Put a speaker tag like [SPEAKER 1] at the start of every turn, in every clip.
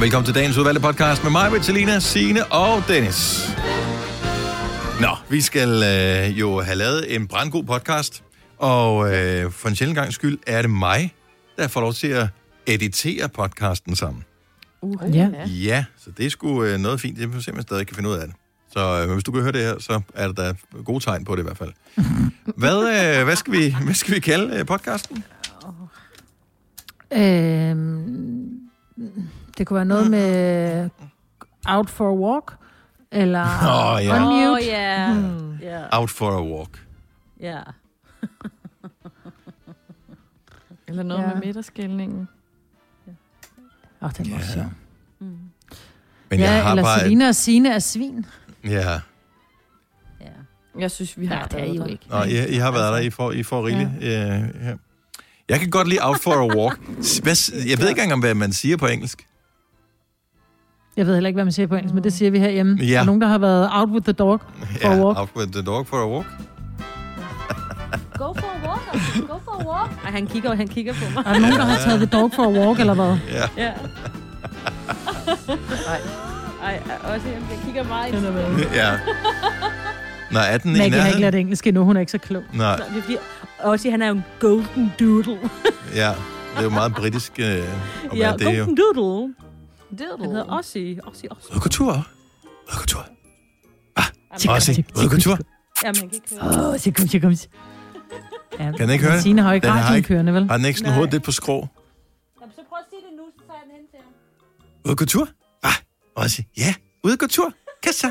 [SPEAKER 1] Velkommen til dagens udvalgte podcast med mig, Vitalina, Signe og Dennis. Nå, vi skal øh, jo have lavet en brandgod podcast, og øh, for en sjældent gang skyld er det mig, der får lov til at editere podcasten sammen.
[SPEAKER 2] Uh, ja.
[SPEAKER 1] Ja, så det er sgu øh, noget fint. Det er simpelthen stadig kan finde ud af det. Så øh, hvis du kan høre det her, så er der da gode tegn på det i hvert fald. Hvad, øh, hvad, skal, vi, hvad skal vi kalde øh, podcasten?
[SPEAKER 2] Øhm, det kunne være
[SPEAKER 1] Mm.
[SPEAKER 2] noget med out for a walk, eller
[SPEAKER 1] Åh, ja.
[SPEAKER 2] unmute.
[SPEAKER 3] Åh, ja. Ja.
[SPEAKER 1] Out for a walk.
[SPEAKER 3] Ja.
[SPEAKER 4] Eller noget
[SPEAKER 2] Ja.
[SPEAKER 4] ja. med midterskældningen.
[SPEAKER 2] Åh, den var
[SPEAKER 1] Ja.
[SPEAKER 2] sjov.
[SPEAKER 3] Mm.
[SPEAKER 1] Men jeg
[SPEAKER 2] Ja,
[SPEAKER 1] har
[SPEAKER 2] eller
[SPEAKER 1] bare...
[SPEAKER 2] Selina og Sine er svin.
[SPEAKER 1] Ja,
[SPEAKER 3] Ja.
[SPEAKER 4] Jeg synes, vi har
[SPEAKER 2] Nej, det er I
[SPEAKER 4] været
[SPEAKER 2] jo
[SPEAKER 4] der.
[SPEAKER 2] ikke.
[SPEAKER 1] Nå, I, I har været der. I får, I får rigeligt. Ja. Ja. Jeg kan godt lide out for a walk. S- Hvad, s- jeg ved ikke engang, hvad man siger på engelsk.
[SPEAKER 2] Jeg ved heller ikke, hvad man siger på engelsk, men det siger vi herhjemme.
[SPEAKER 1] Ja.
[SPEAKER 2] Der er nogen, der har været out with the dog for
[SPEAKER 1] Ja,
[SPEAKER 2] a walk.
[SPEAKER 1] Out with the dog for a walk.
[SPEAKER 3] Go for a walk, Rasmus. go for a walk. Ej, han kigger, han kigger på mig.
[SPEAKER 2] Er der nogen, der har taget the dog for a walk, eller hvad?
[SPEAKER 1] Ja.
[SPEAKER 3] Ja. Ej, ej, også jeg kigger meget ind.
[SPEAKER 1] ja. Nå, er den i
[SPEAKER 2] Maggie har ikke lært
[SPEAKER 1] nærheden?
[SPEAKER 2] engelsk endnu, hun er ikke så klog.
[SPEAKER 1] Nej,
[SPEAKER 3] Vi bliver... Også han er jo en golden doodle.
[SPEAKER 1] ja. Det er jo meget britisk øh, at
[SPEAKER 3] ja,
[SPEAKER 1] være det jo.
[SPEAKER 3] golden doodle.
[SPEAKER 4] Diddle.
[SPEAKER 3] Han hedder Ossie. Ossie, Ossie.
[SPEAKER 1] Ude på tur. Ude på tur. Ah, også. Ude på tur.
[SPEAKER 3] Jamen, han kan ikke høre.
[SPEAKER 2] Åh, så kom, så kom. Ja,
[SPEAKER 1] Kan den ikke høre det?
[SPEAKER 2] Signe har jo ikke
[SPEAKER 1] Den har
[SPEAKER 2] radioen
[SPEAKER 1] ikke-
[SPEAKER 2] kørende, vel?
[SPEAKER 1] Har den ikke sådan
[SPEAKER 3] Nej.
[SPEAKER 1] hovedet lidt på skrå?
[SPEAKER 3] Jamen, så prøv at sige det nu, så tager jeg den hen til ham.
[SPEAKER 1] Ude på tur. Ah, også. Ja, ude på tur. Kast så.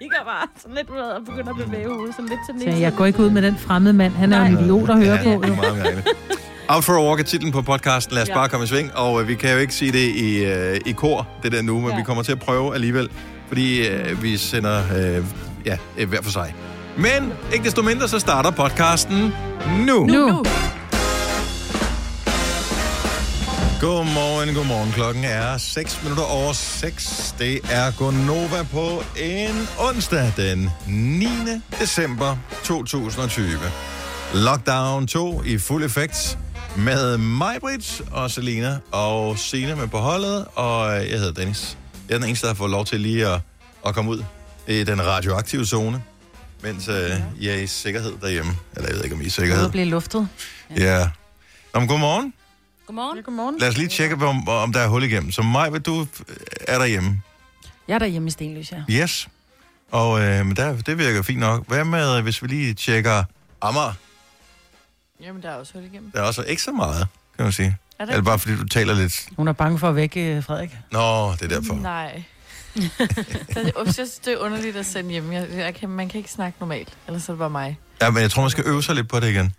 [SPEAKER 4] kigger bare sådan lidt ud og begynder at bevæge hovedet sådan lidt til den
[SPEAKER 2] Så
[SPEAKER 4] ene
[SPEAKER 2] jeg
[SPEAKER 4] side.
[SPEAKER 2] går ikke ud med den fremmede mand. Han er jo en idiot at høre
[SPEAKER 1] ja,
[SPEAKER 2] på,
[SPEAKER 1] det
[SPEAKER 2] jo.
[SPEAKER 1] er meget mærkeligt. Out for a Walk er titlen på podcasten. Lad os ja.
[SPEAKER 4] Ja.
[SPEAKER 1] bare komme i sving. Og øh, vi kan jo ikke sige det i, øh, i kor, det der nu, men ja.
[SPEAKER 4] Ja.
[SPEAKER 1] vi kommer til at prøve alligevel, fordi øh, vi sender øh, ja, øh, hver for sig. Men ikke desto mindre, så starter podcasten nu.
[SPEAKER 2] Nu.
[SPEAKER 1] Godmorgen, godmorgen. Klokken er 6 minutter over 6. Det er Gonova på en onsdag den 9. december 2020. Lockdown 2 i fuld effekt med Majbrit og Selina og Sina med på holdet, og jeg hedder Dennis. Jeg er den eneste, der har fået lov til lige at, at komme ud i den radioaktive zone, mens øh, jeg er i sikkerhed derhjemme. Eller jeg ved ikke, om I er i sikkerhed.
[SPEAKER 2] blive luftet.
[SPEAKER 1] Ja. Nå, men godmorgen.
[SPEAKER 3] Godmorgen.
[SPEAKER 4] Godmorgen.
[SPEAKER 1] Lad os lige tjekke, om, om der er hul igennem. Så Maj, du øh, er derhjemme.
[SPEAKER 4] Jeg er derhjemme i Stenløs, ja.
[SPEAKER 1] Yes. Og øh, men der, det virker fint nok. Hvad med, øh, hvis vi lige tjekker Amager?
[SPEAKER 4] Jamen, der er også hul igennem.
[SPEAKER 1] Der er også ikke så meget, kan man sige.
[SPEAKER 4] Er
[SPEAKER 1] Er
[SPEAKER 4] der
[SPEAKER 1] det bare fordi, du taler lidt...
[SPEAKER 2] Hun er bange for at vække øh, Frederik.
[SPEAKER 1] Nå, det er derfor.
[SPEAKER 4] Nej. så det, jeg synes, det er underligt at sende hjem. Jeg, jeg kan, man kan ikke snakke normalt, ellers er det bare mig.
[SPEAKER 1] Ja, men jeg tror, man skal øve sig lidt på det igen. Det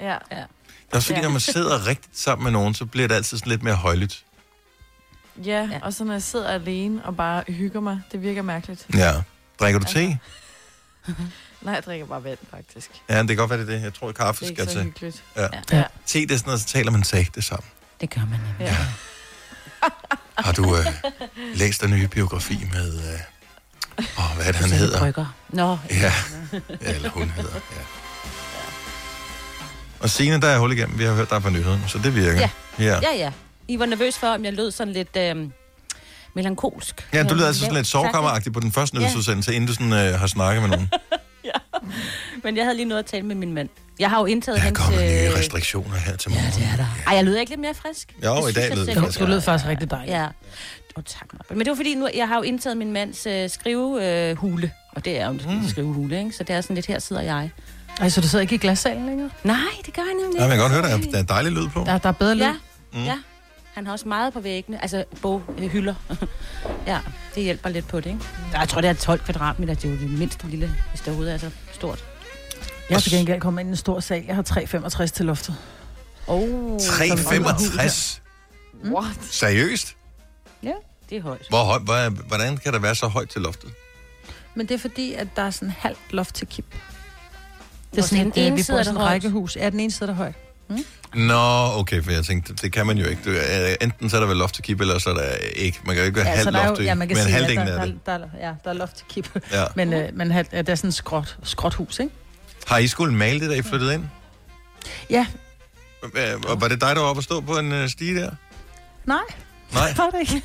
[SPEAKER 4] Ja.
[SPEAKER 1] er også fordi,
[SPEAKER 4] Ja.
[SPEAKER 1] når man sidder rigtigt sammen med nogen, så bliver det altid sådan lidt mere højlydt.
[SPEAKER 4] Ja,
[SPEAKER 3] Ja.
[SPEAKER 4] ja, og så når jeg sidder alene og bare hygger mig, det virker mærkeligt.
[SPEAKER 1] Ja. Drikker du te?
[SPEAKER 4] Nej, jeg drikker bare vand, faktisk. Det
[SPEAKER 1] Ja, det kan godt være, det er det. Jeg tror,
[SPEAKER 4] er
[SPEAKER 1] kaffe
[SPEAKER 4] ikke
[SPEAKER 1] skal
[SPEAKER 4] så
[SPEAKER 1] til.
[SPEAKER 4] hyggeligt.
[SPEAKER 1] Te, det er sådan noget, så taler man sagte sammen.
[SPEAKER 2] Det gør man nemlig.
[SPEAKER 4] Ja.
[SPEAKER 1] Har du øh, læst den nye biografi med... Øh, åh, hvad er det, han hedder?
[SPEAKER 3] Nå,
[SPEAKER 1] Ja, eller hun hedder, ja. Og senere, der er hul igennem. Vi har hørt dig på nyheden, så det virker.
[SPEAKER 3] Ja.
[SPEAKER 1] ja.
[SPEAKER 3] ja, ja. I var nervøs for, om jeg lød sådan lidt øh, melankolsk.
[SPEAKER 1] ja du lyder altså sådan
[SPEAKER 3] Lav-
[SPEAKER 1] lidt sovekammeragtig på den første
[SPEAKER 3] Ja.
[SPEAKER 1] nyhedsudsendelse, inden du sådan, øh, har snakket med nogen.
[SPEAKER 3] Men jeg havde lige noget at tale med min mand. Jeg har jo indtaget
[SPEAKER 1] Der
[SPEAKER 3] hans...
[SPEAKER 1] kommer nye
[SPEAKER 3] øh,
[SPEAKER 1] restriktioner her til morgen.
[SPEAKER 2] det er der.
[SPEAKER 3] Ej, jeg lyder ikke lidt mere frisk?
[SPEAKER 1] Jo,
[SPEAKER 3] Det
[SPEAKER 1] i
[SPEAKER 3] synes
[SPEAKER 1] dag
[SPEAKER 3] jeg
[SPEAKER 1] lød det
[SPEAKER 3] selv.
[SPEAKER 1] frisk.
[SPEAKER 2] Du lød faktisk rigtig dejligt.
[SPEAKER 3] Ja. Oh, tak, Marbet. Men det var fordi, nu, jeg har jo indtaget min mands øh, skrivehule. Øh, hule. og det er jo en mm. skrivehule, ikke? Så det er sådan lidt, her sidder jeg.
[SPEAKER 2] Ej, så du sidder ikke i glassalen længere?
[SPEAKER 3] Nej, det gør jeg nemlig
[SPEAKER 1] Ja,
[SPEAKER 3] ikke.
[SPEAKER 1] men jeg kan godt høre, der er, der er dejlig lyd på.
[SPEAKER 2] Der, der er bedre lyd.
[SPEAKER 3] Ja, mm. ja. Han har også meget på væggene. Altså boghylder. ja, det hjælper lidt på det, ikke? Jeg tror, det er 12 kvadratmeter. Det er jo det mindste lille, hvis det overhovedet er så stort.
[SPEAKER 2] Jeg er til gengæld kommet ind i en stor sal. Jeg har 3,65 til loftet.
[SPEAKER 3] Oh,
[SPEAKER 1] 365.
[SPEAKER 4] Mm. What?
[SPEAKER 1] Seriøst?
[SPEAKER 3] Ja, det er højt.
[SPEAKER 1] Hvor høj, hvor, hvordan kan der være så højt til loftet?
[SPEAKER 2] Men det er fordi, at der er sådan halvt loft til kip. Det
[SPEAKER 3] Hvor
[SPEAKER 2] er sådan,
[SPEAKER 3] den
[SPEAKER 2] et, øh,
[SPEAKER 3] ene
[SPEAKER 2] vi
[SPEAKER 3] side
[SPEAKER 2] bor
[SPEAKER 3] er
[SPEAKER 2] i sådan
[SPEAKER 3] der
[SPEAKER 2] et
[SPEAKER 3] højt.
[SPEAKER 2] rækkehus. Ja, den ene side er der højt.
[SPEAKER 1] Nå, okay, for jeg tænkte, det kan man jo ikke. Du, øh, enten så er der vel loft til kip, eller så er der ikke. Man kan jo ikke være ja,
[SPEAKER 2] Ja, så Altså, der
[SPEAKER 1] halvt
[SPEAKER 2] er
[SPEAKER 1] loft
[SPEAKER 2] jo,
[SPEAKER 1] til,
[SPEAKER 2] ja, man kan
[SPEAKER 1] men
[SPEAKER 2] sige,
[SPEAKER 1] halvdelen
[SPEAKER 2] at der,
[SPEAKER 1] af
[SPEAKER 2] der,
[SPEAKER 1] det.
[SPEAKER 2] der, der, ja, der er loft til kip.
[SPEAKER 1] Ja.
[SPEAKER 2] Men, øh, men hal- ja, der er sådan et skråt, skråthus, ikke?
[SPEAKER 1] Har I skulle male det, da I flyttede ind?
[SPEAKER 2] Ja,
[SPEAKER 1] Øh, og Var det dig, der var oppe at stå på en øh, stige der?
[SPEAKER 2] nej.
[SPEAKER 1] Nej.
[SPEAKER 5] Var det ikke?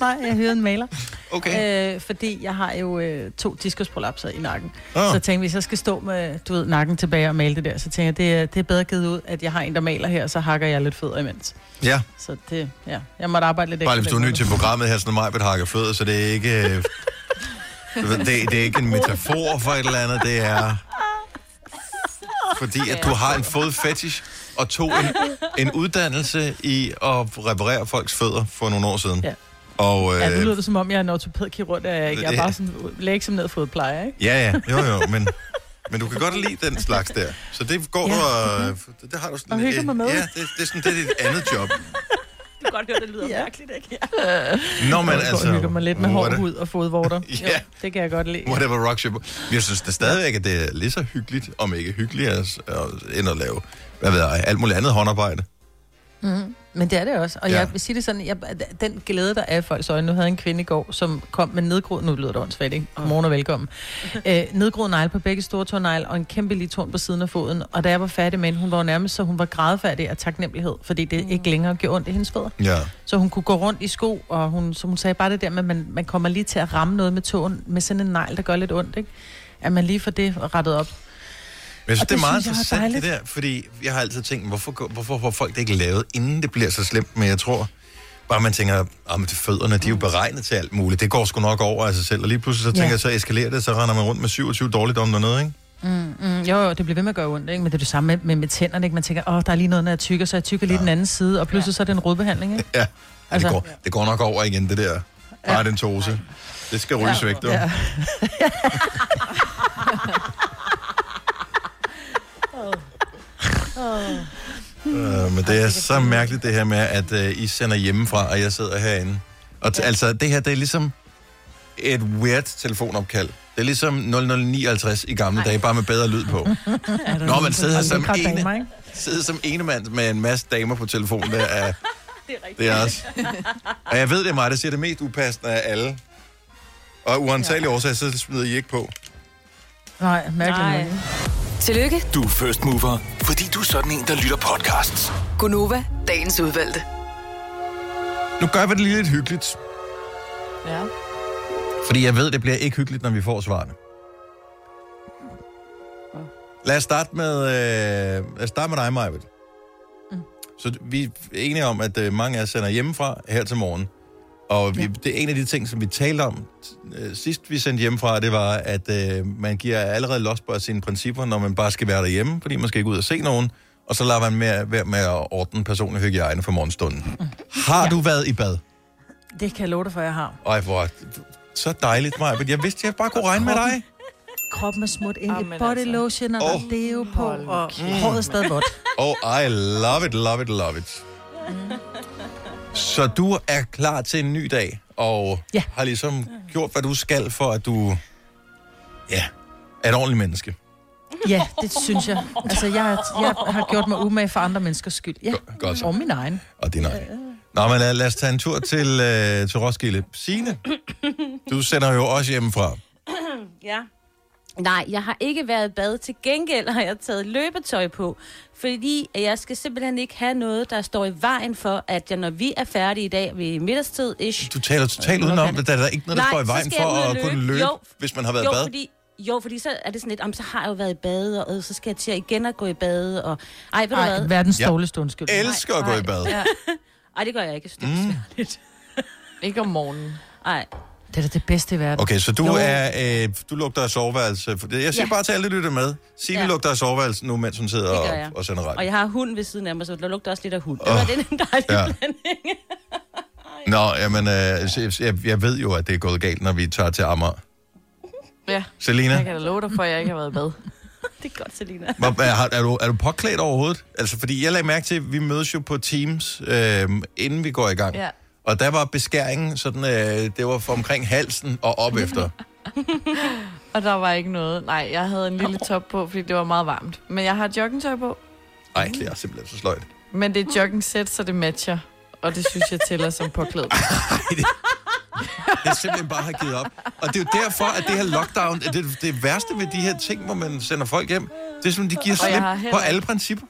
[SPEAKER 5] Nej, jeg hyrede en maler.
[SPEAKER 1] Okay.
[SPEAKER 5] Øh, fordi jeg har jo øh, to diskusprolapser i nakken.
[SPEAKER 1] Åh.
[SPEAKER 5] Så jeg tænkte, hvis jeg skal stå med, du ved, nakken tilbage og male det der, så tænker jeg, det er, det er bedre givet ud, at jeg har en, der maler her, så hakker jeg lidt fødder imens.
[SPEAKER 1] Ja,
[SPEAKER 5] Så det, ja, jeg måtte arbejde lidt
[SPEAKER 1] bare lige hvis du er
[SPEAKER 5] med
[SPEAKER 1] ny
[SPEAKER 5] det.
[SPEAKER 1] til programmet her, sådan mig, vil hakke fløde, så det er ikke... øh, du ved, det, det er ikke en metafor for et eller andet, det er... Fordi at du har en fodfetish og tog en, en uddannelse i at reparere folks fødder for nogle år siden.
[SPEAKER 5] Ja.
[SPEAKER 1] Og, øh,
[SPEAKER 5] Ja, nu lyder det som om, jeg er en ortopædkirurg, der jeg, ikke. jeg
[SPEAKER 1] det-
[SPEAKER 5] er bare sådan læge som ned fodplejer, ikke?
[SPEAKER 1] Ja, ja, jo, jo, men, men du kan godt lide den slags der. Så det går ja.
[SPEAKER 5] Ja.
[SPEAKER 1] du og... Det, det har du sådan,
[SPEAKER 5] Og hygger
[SPEAKER 1] øh,
[SPEAKER 5] mig med.
[SPEAKER 1] Ja, det, det, er sådan, det er dit andet job.
[SPEAKER 3] Du kan godt høre, det lyder
[SPEAKER 5] Ja.
[SPEAKER 3] mærkeligt, ikke? Ja.
[SPEAKER 1] Nå, men
[SPEAKER 5] Jeg går
[SPEAKER 1] altså...
[SPEAKER 5] og hygger mig lidt med hård
[SPEAKER 1] what-
[SPEAKER 5] hud og fodvorter.
[SPEAKER 1] Ja.
[SPEAKER 5] Jo, det kan jeg godt lide.
[SPEAKER 1] Whatever rocks your boat. Men Jeg synes det stadigvæk, at det er lige så hyggeligt, om ikke hyggeligere, altså, end at lave hvad ved jeg, alt muligt andet håndarbejde.
[SPEAKER 5] Mm-hmm. Men det er det også. Og
[SPEAKER 1] Ja.
[SPEAKER 5] ja. jeg vil sige det sådan, jeg, den glæde, der er i folks øjne. Nu havde jeg en kvinde i går, som kom med nedgroet... Nu lyder det åndssvagt, ikke? Godmorgen og velkommen. øh, nedgroet negl på begge store tårnegle og en kæmpe lille torn på siden af foden. Og da jeg var færdig med hende, hun var jo nærmest, så hun var grædfærdig af taknemmelighed, fordi det mm. ikke længere gjorde ondt i hendes fødder.
[SPEAKER 1] Ja.
[SPEAKER 5] Så hun kunne gå rundt i sko, og hun, som hun sagde bare det der med, at man, man kommer lige til at ramme noget med tåen, med sådan en negl, der gør lidt ondt, ikke? At man lige får det rettet op.
[SPEAKER 1] Men jeg synes,
[SPEAKER 5] Og
[SPEAKER 1] det,
[SPEAKER 5] det
[SPEAKER 1] er meget
[SPEAKER 5] synes jeg er
[SPEAKER 1] interessant, det der, fordi jeg har altid tænkt, hvorfor, går- hvorfor får folk det ikke lavet, inden det bliver så slemt, men jeg tror, bare man tænker, at det fødderne, de er jo beregnet til alt muligt. Det går sgu nok over af sig selv. Og lige pludselig så tænker
[SPEAKER 5] Mm. Ja.
[SPEAKER 1] jeg, så eskalerer det, så render man rundt med 27 dårligdomme dernede, ikke?
[SPEAKER 5] Mm, jo, jo, det bliver ved med at gøre ondt, ikke? men det er det samme med, med, med tænderne. Ikke? Man tænker, åh, der er lige noget, når jeg tykker, så jeg tykker lige ja. den anden side, og pludselig så er det en rodbehandling. Ikke?
[SPEAKER 1] Ja, altså,
[SPEAKER 5] Altså-
[SPEAKER 1] det, går, det går nok over igen, det der paradentose. Det skal ryges ja. væk, du. Ja. Øh, men det er så mærkeligt det her med, at øh, I sender hjemmefra, og jeg sidder herinde. Og t- altså, det her, det er ligesom et weird telefonopkald. Det er ligesom 0059 i gamle dage, bare med bedre lyd på. Nå, men sidder her som ene,
[SPEAKER 5] Damer, ikke?
[SPEAKER 1] sidde som ene mand med en masse damer på telefonen. Der er, det er også. Og jeg ved, det er mig, der siger det mest upassende af alle. Og af uantagelige årsager, så smider I ikke på.
[SPEAKER 5] Nej, mærkeligt.
[SPEAKER 3] Nej.
[SPEAKER 5] Nej.
[SPEAKER 6] Tillykke,
[SPEAKER 7] Du er first mover, fordi du er sådan en, der lytter podcasts.
[SPEAKER 6] Gunova, dagens udvalgte.
[SPEAKER 1] Nu gør vi det lige lidt hyggeligt,
[SPEAKER 4] Ja.
[SPEAKER 1] fordi jeg ved, det bliver ikke hyggeligt, når vi får svarene. Lad os starte med, øh, lad os starte med dig, Majbet. Mm. Så vi er enige om, at øh, mange af os sender hjemmefra her til morgen. Og vi, ja. det er en af de ting, som vi talte om øh, sidst, vi sendte hjemmefra, det var, at øh, man giver allerede los på sine principper, når man bare skal være derhjemme, fordi man skal ikke ud og se nogen. Og så lader man med, være med at ordne personlig hygiejne for morgenstunden. Mm. Har ja. du været i bad?
[SPEAKER 5] Det kan jeg love dig for, jeg har.
[SPEAKER 1] Ej, hvor er- så dejligt, Maja. Men jeg vidste, jeg bare kunne regne med dig.
[SPEAKER 5] Kroppen er smurt ind i
[SPEAKER 4] Jamen,
[SPEAKER 5] body
[SPEAKER 4] altså.
[SPEAKER 5] lotion, og der
[SPEAKER 1] Åh.
[SPEAKER 5] er deo på, og håret er stadig vådt.
[SPEAKER 1] Oh, I love it, love it, love it. Så du er klar til en ny dag, og ja.
[SPEAKER 5] Ja.
[SPEAKER 1] har ligesom gjort, hvad du skal, for at du ja, er et ordentligt menneske.
[SPEAKER 5] Ja, det synes jeg. Altså, jeg, jeg har gjort mig umage for andre menneskers skyld. Ja,
[SPEAKER 1] Go- godt så.
[SPEAKER 5] og min egen.
[SPEAKER 1] Og det er nej. Nå, men lad, lad os tage en tur til, øh, til Roskilde. Signe, du sender jo også hjemmefra.
[SPEAKER 3] ja. Nej, jeg har ikke været i bad. Til gengæld har jeg taget løbetøj på, fordi at jeg skal simpelthen ikke have noget, der står i vejen for, at jeg, når vi er færdige i dag ved middagstid, ish,
[SPEAKER 1] Du taler totalt udenom, det. der er ikke noget, der
[SPEAKER 3] Nej,
[SPEAKER 1] står i
[SPEAKER 3] så
[SPEAKER 1] vejen
[SPEAKER 3] skal jeg
[SPEAKER 1] for
[SPEAKER 3] ud og
[SPEAKER 1] at
[SPEAKER 3] løbe.
[SPEAKER 1] kunne løbe,
[SPEAKER 3] Jo.
[SPEAKER 1] hvis man har været i
[SPEAKER 3] jo,
[SPEAKER 1] bad.
[SPEAKER 3] Fordi, jo, fordi så er det sådan lidt, om så har jeg jo været i bad, og øh, så skal jeg til at igen at gå i bad, og... Ej, ved du
[SPEAKER 5] Ej,
[SPEAKER 3] hvad?
[SPEAKER 5] verdens
[SPEAKER 1] Ja.
[SPEAKER 5] dårligste undskyld.
[SPEAKER 1] Elsker at gå i bad.
[SPEAKER 3] Ej, det gør jeg ikke, så
[SPEAKER 1] Mm.
[SPEAKER 3] det er besværligt.
[SPEAKER 4] Ikke om morgenen.
[SPEAKER 3] Ej,
[SPEAKER 5] Det er da det bedste i verden.
[SPEAKER 1] Okay, så du,
[SPEAKER 5] Jo.
[SPEAKER 1] er, øh, du lugter af soveværelse. For det- Jeg siger ja.
[SPEAKER 3] Ja.
[SPEAKER 1] bare til alle, der lytter med. Signe ja.
[SPEAKER 3] Ja.
[SPEAKER 1] lugter af soveværelse nu, mens hun sidder
[SPEAKER 3] Det gør jeg.
[SPEAKER 1] og, og sender radio.
[SPEAKER 3] og jeg har hund ved siden af mig, så der lugter også lidt af hund. Oh. Det var
[SPEAKER 1] Åh,
[SPEAKER 3] den dejlige
[SPEAKER 1] ja.
[SPEAKER 3] ja. blanding.
[SPEAKER 1] Nå, jamen, øh, så jeg, jeg- jeg ved jo, at det er gået galt, når vi tager til Amager.
[SPEAKER 4] Ja. Jeg
[SPEAKER 1] Selina,
[SPEAKER 4] kan da love dig for, at jeg ikke har været i bad.
[SPEAKER 3] Det er godt, Selina.
[SPEAKER 1] hvor- er, har- er, du, er du påklædt overhovedet? Altså, fordi jeg lagde mærke til, at vi mødes jo på Teams, øh, inden vi går i gang.
[SPEAKER 4] Ja.
[SPEAKER 1] Og der var beskæringen sådan, øh, det var for omkring halsen og op efter.
[SPEAKER 4] Og der var ikke noget. Nej, jeg havde en lille top på, fordi det var meget varmt. Men jeg har joggingtøj på.
[SPEAKER 1] Ej, det er simpelthen så sløjt.
[SPEAKER 4] Men det er joggingsæt, så det matcher. Og det synes jeg tæller som påklædt.
[SPEAKER 1] jeg simpelthen bare har givet op. Og det er jo derfor, at det her lockdown, det, det værste ved de her ting, hvor man sender folk hjem, det er som, de giver
[SPEAKER 4] Og jeg
[SPEAKER 1] slip
[SPEAKER 4] har
[SPEAKER 1] på
[SPEAKER 4] heller-
[SPEAKER 1] alle principper.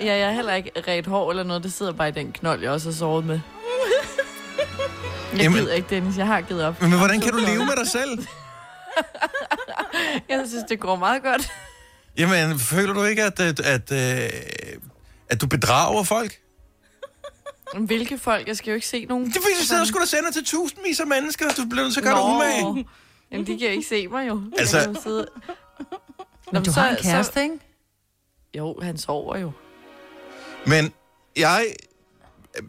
[SPEAKER 4] Ja, jeg har heller ikke ret hår eller noget. Det sidder bare i den knold, jeg også har sovet med. Jeg
[SPEAKER 1] Jamen-
[SPEAKER 4] Jamen. gider ikke, Dennis. Jeg har givet op.
[SPEAKER 1] Men hvordan kan du leve med dig selv?
[SPEAKER 4] Jeg synes, det går meget godt.
[SPEAKER 1] Jamen, føler du ikke, at, at, at, øh, at du bedrager folk?
[SPEAKER 4] Men Hvilke folk? Jeg skal jo ikke se nogen.
[SPEAKER 1] Det er fordi, du sidder sgu da sender til tusindvis af mennesker, og du bliver nødt til at gøre dig
[SPEAKER 4] Nå.
[SPEAKER 1] umage.
[SPEAKER 4] Jamen, de kan ikke se mig jo. Jeg
[SPEAKER 1] Altså-
[SPEAKER 4] kan jo sidde...
[SPEAKER 5] Men
[SPEAKER 4] Nå,
[SPEAKER 5] du
[SPEAKER 4] så-
[SPEAKER 5] har en kæreste, ikke?
[SPEAKER 4] Jo, han sover jo.
[SPEAKER 1] Men jeg,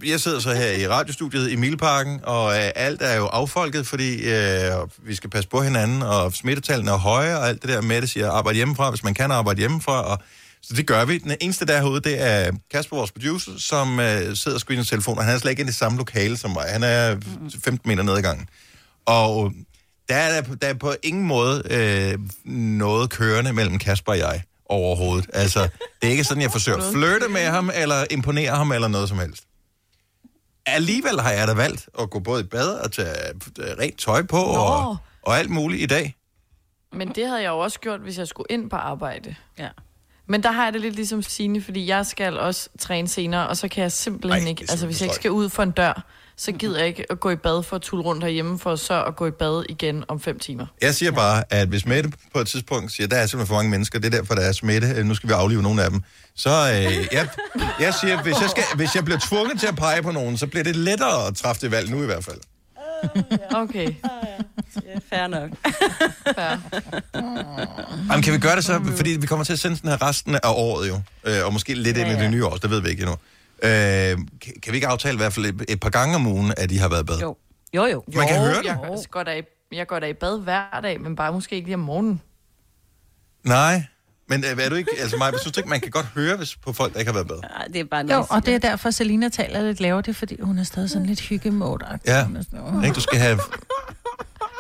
[SPEAKER 1] jeg sidder så her i radiostudiet i Milparken, og øh, alt er jo affolket, fordi øh, vi skal passe på hinanden, og smittetallene er høje, og alt det der med det siger, arbejde hjemmefra, hvis man kan arbejde hjemmefra, og så det gør vi. Den eneste, der er herude, det er Kasper, vores producer, som øh, sidder og screener telefoner. Han er slet ikke i det samme lokale som mig. Han er 15 meter nede i gangen. Og øhm, der er, der er på ingen måde øh, noget kørende mellem Kasper og jeg overhovedet. Altså, det er ikke sådan, jeg forsøger at flirte med ham, eller imponere ham, eller noget som helst. Alligevel har jeg da valgt at gå både i bad og tage øh, rent tøj på, og, og alt muligt i dag.
[SPEAKER 4] Men det havde jeg jo også gjort, hvis jeg skulle ind på arbejde.
[SPEAKER 3] Ja.
[SPEAKER 4] Men der har jeg det lidt ligesom Signe, fordi jeg skal også træne senere, og så kan jeg simpelthen
[SPEAKER 1] Ej,
[SPEAKER 4] Ej,
[SPEAKER 1] det
[SPEAKER 4] ikke...
[SPEAKER 1] er
[SPEAKER 4] Altså,
[SPEAKER 1] simpelthen
[SPEAKER 4] hvis jeg ikke
[SPEAKER 1] sløjt.
[SPEAKER 4] skal ud for en dør, så gider jeg ikke at gå i bad for at tulle rundt herhjemme, for så at gå i bad igen om fem timer.
[SPEAKER 1] Jeg siger bare, at hvis Mette på et tidspunkt siger, der er simpelthen for mange mennesker, det er derfor, der er smitte, øh, nu skal vi aflive nogle af dem, så øh, jeg, jeg siger, hvis jeg, skal, hvis jeg bliver tvunget til at pege på nogen, så bliver det lettere at træffe det valg nu i hvert fald.
[SPEAKER 4] Okay,
[SPEAKER 3] Ja, fair nok.
[SPEAKER 4] fair.
[SPEAKER 1] Jamen, kan vi gøre det så? Fordi vi kommer til at sende den her resten af året jo, øh, og måske lidt ja, ind i
[SPEAKER 3] ja.
[SPEAKER 1] det nye år, så det ved vi ikke endnu. Øh, kan, kan vi ikke aftale i hvert fald et, et par gange om ugen, at I har været i bad?
[SPEAKER 3] Jo. Jo, jo.
[SPEAKER 1] Man kan høre det.
[SPEAKER 4] Jeg går, går der i, jeg går da i bad hver dag, men bare måske ikke lige om morgenen.
[SPEAKER 1] Nej, men øh, er du ikke... Altså, Maja, synes du ikke, man kan godt høre hvis på folk, der ikke har været i bad?
[SPEAKER 3] Ej, det er bare
[SPEAKER 5] Jo,
[SPEAKER 3] noget.
[SPEAKER 5] og det er derfor, Selina taler lidt lavere. Det er, fordi hun er stadig sådan lidt hyggemode.
[SPEAKER 1] Ja. Ikke, du skal have...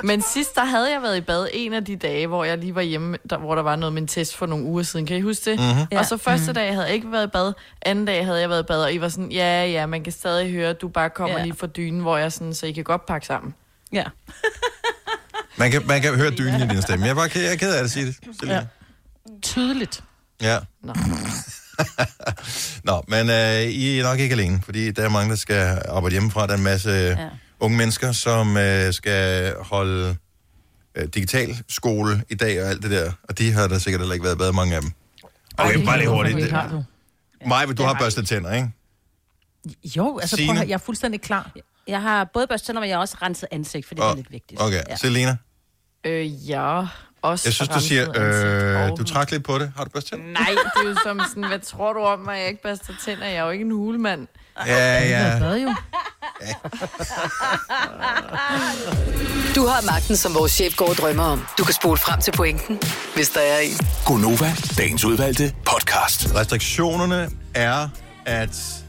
[SPEAKER 4] Men sidst, der havde jeg været i bad en af de dage, hvor jeg lige var hjemme, der, hvor der var noget med en test for nogle uger siden. Kan I huske det?
[SPEAKER 1] Mhm.
[SPEAKER 4] Mm-hmm. Og så første dag havde jeg ikke været i bad, anden dag havde jeg været i bad, og I var sådan, ja, ja, man kan stadig høre, at du bare kommer
[SPEAKER 3] Ja.
[SPEAKER 4] lige fra dynen, hvor jeg sådan, så I kan godt pakke sammen.
[SPEAKER 3] Ja.
[SPEAKER 1] Man kan, man kan høre dynen i din stemme. Jeg er bare ked, jeg er ked af det, sige det. Ja.
[SPEAKER 5] Tydeligt.
[SPEAKER 1] ja.
[SPEAKER 4] Nå.
[SPEAKER 1] Nå, men øh, I er nok ikke alene, fordi der er mange, der skal arbejde hjemmefra. Der er en masse ja. unge mennesker, som øh, skal holde øh, digital skole i dag og alt det der. Og de har der sikkert heller ikke været i bad, mange af dem. Okay, bare lige hurtigt.
[SPEAKER 5] Har du?
[SPEAKER 1] Maja, du har børstet tænder, ikke?
[SPEAKER 5] Jo, altså prøv, at
[SPEAKER 1] Signe?
[SPEAKER 5] høre, jeg er fuldstændig klar.
[SPEAKER 3] Jeg har både børstet tænder, men jeg har også renset ansigt, for det er
[SPEAKER 1] Og-
[SPEAKER 3] lidt vigtigt.
[SPEAKER 1] Okay,
[SPEAKER 3] Ja.
[SPEAKER 1] Selena,
[SPEAKER 4] Øh, ja, også
[SPEAKER 1] jeg synes, du
[SPEAKER 4] renset
[SPEAKER 1] siger,
[SPEAKER 4] ansigt
[SPEAKER 1] øh,
[SPEAKER 4] og-
[SPEAKER 1] du trak lidt på det. Har du børstet tænder?
[SPEAKER 4] Nej, det er jo som sådan, hvad tror du om mig, jeg ikke børster tænder? Jeg er jo ikke en hulemand.
[SPEAKER 1] Ja,
[SPEAKER 5] Ja.
[SPEAKER 1] ja.
[SPEAKER 5] Hvad jo?
[SPEAKER 6] Du har magten, som vores chef går og drømmer om. Du kan spole frem til pointen, hvis der er en.
[SPEAKER 7] Gonova, dagens udvalgte podcast.
[SPEAKER 1] Restriktionerne er, at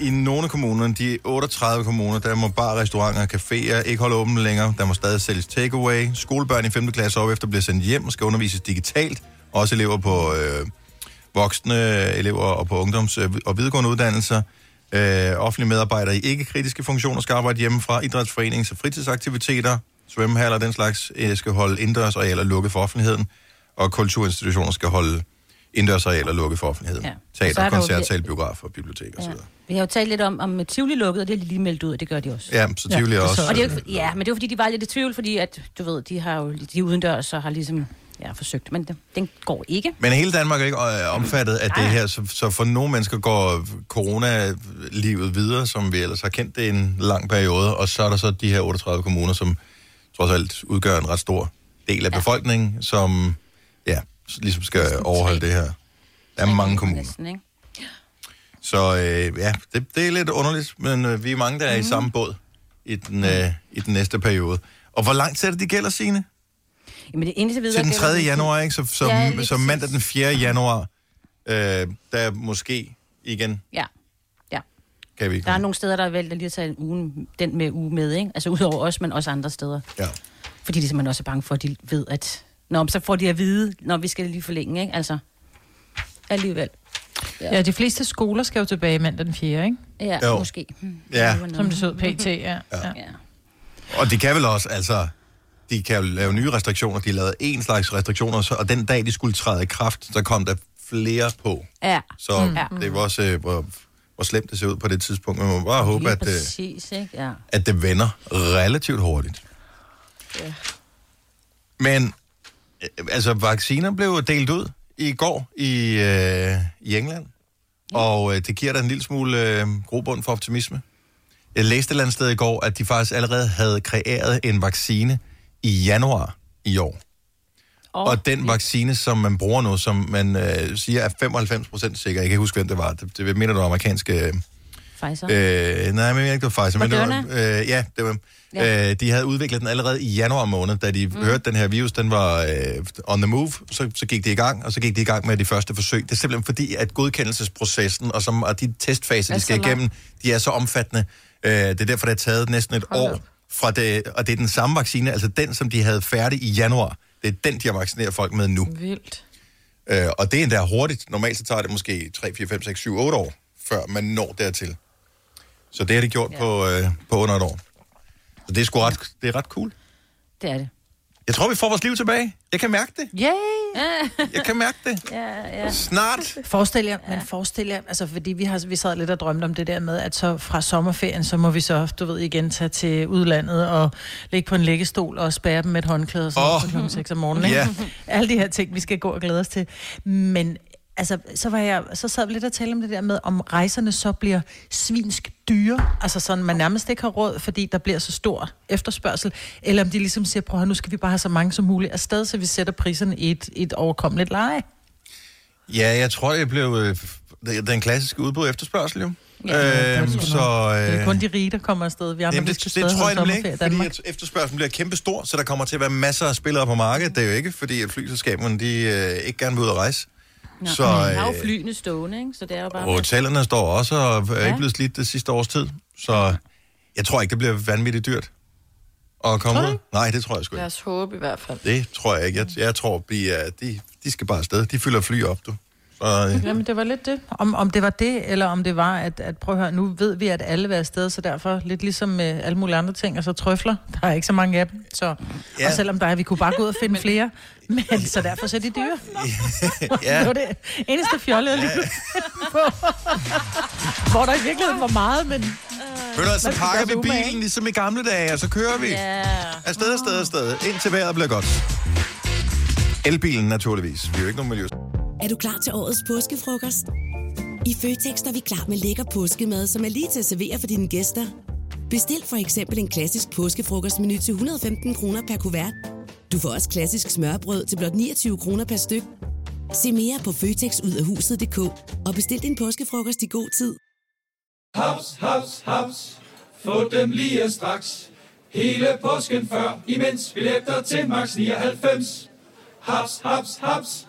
[SPEAKER 1] i nogle af kommunerne, de 38 kommuner, der må bare restauranter og caféer ikke holde åbent længere. Der må stadig sælges takeaway. Skolebørn i 5. klasse op efter bliver sendt hjem og skal undervises digitalt. Også elever på øh, voksne elever og på ungdoms- øh, og videregående uddannelser. Øh, offentlige medarbejdere i ikke-kritiske funktioner skal arbejde hjemmefra. Idrætsforenings- og fritidsaktiviteter, svømmehaller og den slags øh, skal holde indendørsarealer lukket for offentligheden. Og kulturinstitutioner skal holde indendørsarealer lukket for offentligheden. Ja.
[SPEAKER 3] Ja. Så
[SPEAKER 1] Teater,
[SPEAKER 3] er der jo-
[SPEAKER 1] koncertsal, biografer, biblioteker osv.
[SPEAKER 3] Ja. Vi har jo talt lidt om, om Tivoli lukkede, og det er de lige meldt ud, og det gør de også.
[SPEAKER 1] Ja, så Tivoli ja, også.
[SPEAKER 3] Og det er jo ikke, ja, men det er jo fordi, de var lidt i tvivl, fordi at, du ved, de har jo de er udendørs og har ligesom ja, forsøgt, men den, den går ikke.
[SPEAKER 1] Men hele Danmark er ikke øh, omfattet af det
[SPEAKER 3] Nej.
[SPEAKER 1] her, så, så for nogle mennesker går coronalivet videre, som vi ellers har kendt det i en lang periode, og så er der så de her 38 kommuner, som trods alt udgør en ret stor del af befolkningen, som ja, s- ligesom skal overholde det her. Der er mange kommuner.
[SPEAKER 3] Næsten, ikke?
[SPEAKER 1] Så øh, ja, det, det er lidt underligt, men øh, vi er mange, der
[SPEAKER 3] Mhm.
[SPEAKER 1] er i samme båd i den, øh, i den næste periode. Og hvor lang tid er det, de gælder, Signe?
[SPEAKER 3] Jamen, det er indtil videre...
[SPEAKER 1] til den
[SPEAKER 3] gælder
[SPEAKER 1] 3.
[SPEAKER 3] det-
[SPEAKER 1] januar, ikke? Så, så,
[SPEAKER 3] Ja,
[SPEAKER 1] ja,
[SPEAKER 3] lige
[SPEAKER 1] så mandag den
[SPEAKER 3] præcis.
[SPEAKER 1] 4. januar, øh, der måske igen
[SPEAKER 3] Ja, ja.
[SPEAKER 1] kan vi ikke.
[SPEAKER 3] Der er nogle steder, der er valgt at lige at tage en uge, den med uge med, ikke? Altså udover os, men også andre steder.
[SPEAKER 1] Ja.
[SPEAKER 3] Fordi de simpelthen også er bange for, at de ved, at... Nå, men så får de at vide, når vi skal lige forlænge, ikke? Altså, alligevel.
[SPEAKER 5] Ja, de fleste skoler skal jo tilbage mandag den 4., ikke?
[SPEAKER 3] Ja,
[SPEAKER 1] Jo.
[SPEAKER 3] jo. måske. Hmm,
[SPEAKER 1] Ja.
[SPEAKER 3] det var noget.
[SPEAKER 5] Som det så ud, PT, ja. ja.
[SPEAKER 3] Ja.
[SPEAKER 1] Og de kan vel også, altså, de kan jo lave nye restriktioner. De lavede en slags restriktioner, så, og den dag, de skulle træde i kraft, så kom der flere på.
[SPEAKER 3] ja.
[SPEAKER 1] Så mm. det var også, øh, hvor, hvor slemt det ser ud på det tidspunkt. Men man må bare håbe,
[SPEAKER 3] Lige
[SPEAKER 1] at øh, det,
[SPEAKER 3] præcis, ikke? Ja.
[SPEAKER 1] at det vender relativt hurtigt. Men øh, altså, vacciner blev delt ud i går i, øh, i England, og øh, det giver da en lille smule øh, grobund for optimisme. Jeg læste et eller andet sted i går, at de faktisk allerede havde kreeret en vaccine i januar i år. Oh, og den vaccine, som man bruger nu, som man øh, siger er 95% sikker, jeg kan ikke huske, hvem det var, det, det mener du amerikanske...
[SPEAKER 3] Pfizer.
[SPEAKER 1] Øh, nej, men jeg ved ikke, det var Pfizer. Men det var,
[SPEAKER 3] Moderna?
[SPEAKER 1] øh, ja, det var. Ja. Øh, de havde udviklet den allerede i januar måned, da de mm. hørte den her virus, den var øh, on the move, så, så gik de i gang, og så gik de i gang med de første forsøg. Det er simpelthen fordi, at godkendelsesprocessen og, som, og de testfaser,
[SPEAKER 3] Er
[SPEAKER 1] de
[SPEAKER 3] så
[SPEAKER 1] skal
[SPEAKER 3] lang.
[SPEAKER 1] igennem, de er så omfattende. Øh, det er derfor, det har taget næsten et år fra det, og det er den samme vaccine, altså den, som de havde færdig i januar. Det er den, de har vaccineret folk med nu.
[SPEAKER 4] Vildt.
[SPEAKER 1] Øh, og det er endda hurtigt. Normalt så tager det måske 3, 4, 5, 6, 7, 8 år, før man når dertil. Så det har de gjort ja. på, øh, på under et år. Så det er sgu ret, det er ret cool.
[SPEAKER 3] Det er det.
[SPEAKER 1] Jeg tror, vi får vores liv tilbage. Jeg kan mærke det.
[SPEAKER 5] Yay!
[SPEAKER 1] Jeg kan mærke det.
[SPEAKER 3] Ja, ja.
[SPEAKER 1] Snart.
[SPEAKER 5] Forestil jer, men forestil jer, altså fordi vi, har, vi sad lidt og drømte om det der med, at så fra sommerferien, så må vi så, du ved, igen tage til udlandet og ligge på en læggestol og spære dem med et håndklæde og sådan
[SPEAKER 1] Åh.
[SPEAKER 5] oh. klokken 6 om morgenen. ikke?
[SPEAKER 1] Ja.
[SPEAKER 5] Alle de her ting, vi skal gå og glæde os til. Men altså, så, var jeg, så sad vi lidt og talte om det der med, om rejserne så bliver svinsk dyre, altså sådan, man nærmest ikke har råd, fordi der bliver så stor efterspørgsel, eller om de ligesom siger, prøv at høre, nu skal vi bare have så mange som muligt afsted, så vi sætter priserne i et, et overkommeligt leje.
[SPEAKER 1] Ja, jeg tror, jeg blev øh, det- den klassiske udbud efterspørgsel, jo. Ja, øhm, så, øh,
[SPEAKER 5] Det er kun de rige, der kommer afsted. Vi andre,
[SPEAKER 1] Jamen,
[SPEAKER 5] vi
[SPEAKER 1] det,
[SPEAKER 5] skal
[SPEAKER 1] det,
[SPEAKER 5] stadig
[SPEAKER 1] det tror
[SPEAKER 5] holde
[SPEAKER 1] jeg
[SPEAKER 5] altså,
[SPEAKER 1] nemlig
[SPEAKER 5] sommerferie
[SPEAKER 1] ikke,
[SPEAKER 5] i
[SPEAKER 1] fordi
[SPEAKER 5] Danmark.
[SPEAKER 1] at efterspørgselen bliver kæmpestor, så der kommer til at være masser af spillere på markedet. Det er jo ikke, fordi at flyselskaberne de, øh, ikke gerne vil ud at rejse. Nå, så,
[SPEAKER 3] Jeg har jo
[SPEAKER 1] øh,
[SPEAKER 3] flyene stående, ikke? Så det er jo bare...
[SPEAKER 1] Hotellerne står også og er ikke
[SPEAKER 3] Ja.
[SPEAKER 1] blevet slidt det sidste års tid, så jeg tror ikke, det bliver vanvittigt dyrt at komme ud. Nej, det tror jeg sgu
[SPEAKER 4] Lad
[SPEAKER 1] ikke.
[SPEAKER 4] os håbe i hvert fald.
[SPEAKER 1] Det tror jeg ikke. Jeg, jeg tror, de, er- de, de skal bare afsted. De fylder fly op, du. Så, øh,
[SPEAKER 5] Jamen, det var lidt det. Om, om det var det, eller om det var, at, at prøv at høre, nu ved vi, at alle vil afsted, så derfor lidt ligesom med alle mulige andre ting, altså trøfler, der er ikke så mange af dem. Så,
[SPEAKER 1] Ja.
[SPEAKER 5] ja. Og selvom der er, vi kunne bare gå ud og finde flere, men så derfor så er de dyre. Det
[SPEAKER 1] ja.
[SPEAKER 5] var det eneste fjollede lige på. Hvor der i virkeligheden var meget, men
[SPEAKER 1] Ved du, hvad, så
[SPEAKER 5] skal
[SPEAKER 1] pakker
[SPEAKER 5] gøre sig
[SPEAKER 1] vi
[SPEAKER 5] umage,
[SPEAKER 1] bilen ligesom i gamle dage, og så kører vi. Afsted, afsted, afsted. Indtil vejret bliver godt. Elbilen naturligvis. Vi er jo ikke nogen miljø.
[SPEAKER 8] Er du klar til årets påskefrokost? I Føtex er vi klar med lækker påskemad, som er lige til at servere for dine gæster. Bestil for eksempel en klassisk påskefrokostmenu til 115 kroner per kuvert. Du får også klassisk smørbrød til blot 29 kroner per styk. Se mere på føtexudafhuset.dk og bestil din påskefrokost i god tid.
[SPEAKER 9] Haps, haps, haps. Få dem lige straks. Hele påsken før, imens billetter til max 99. Haps, haps, haps.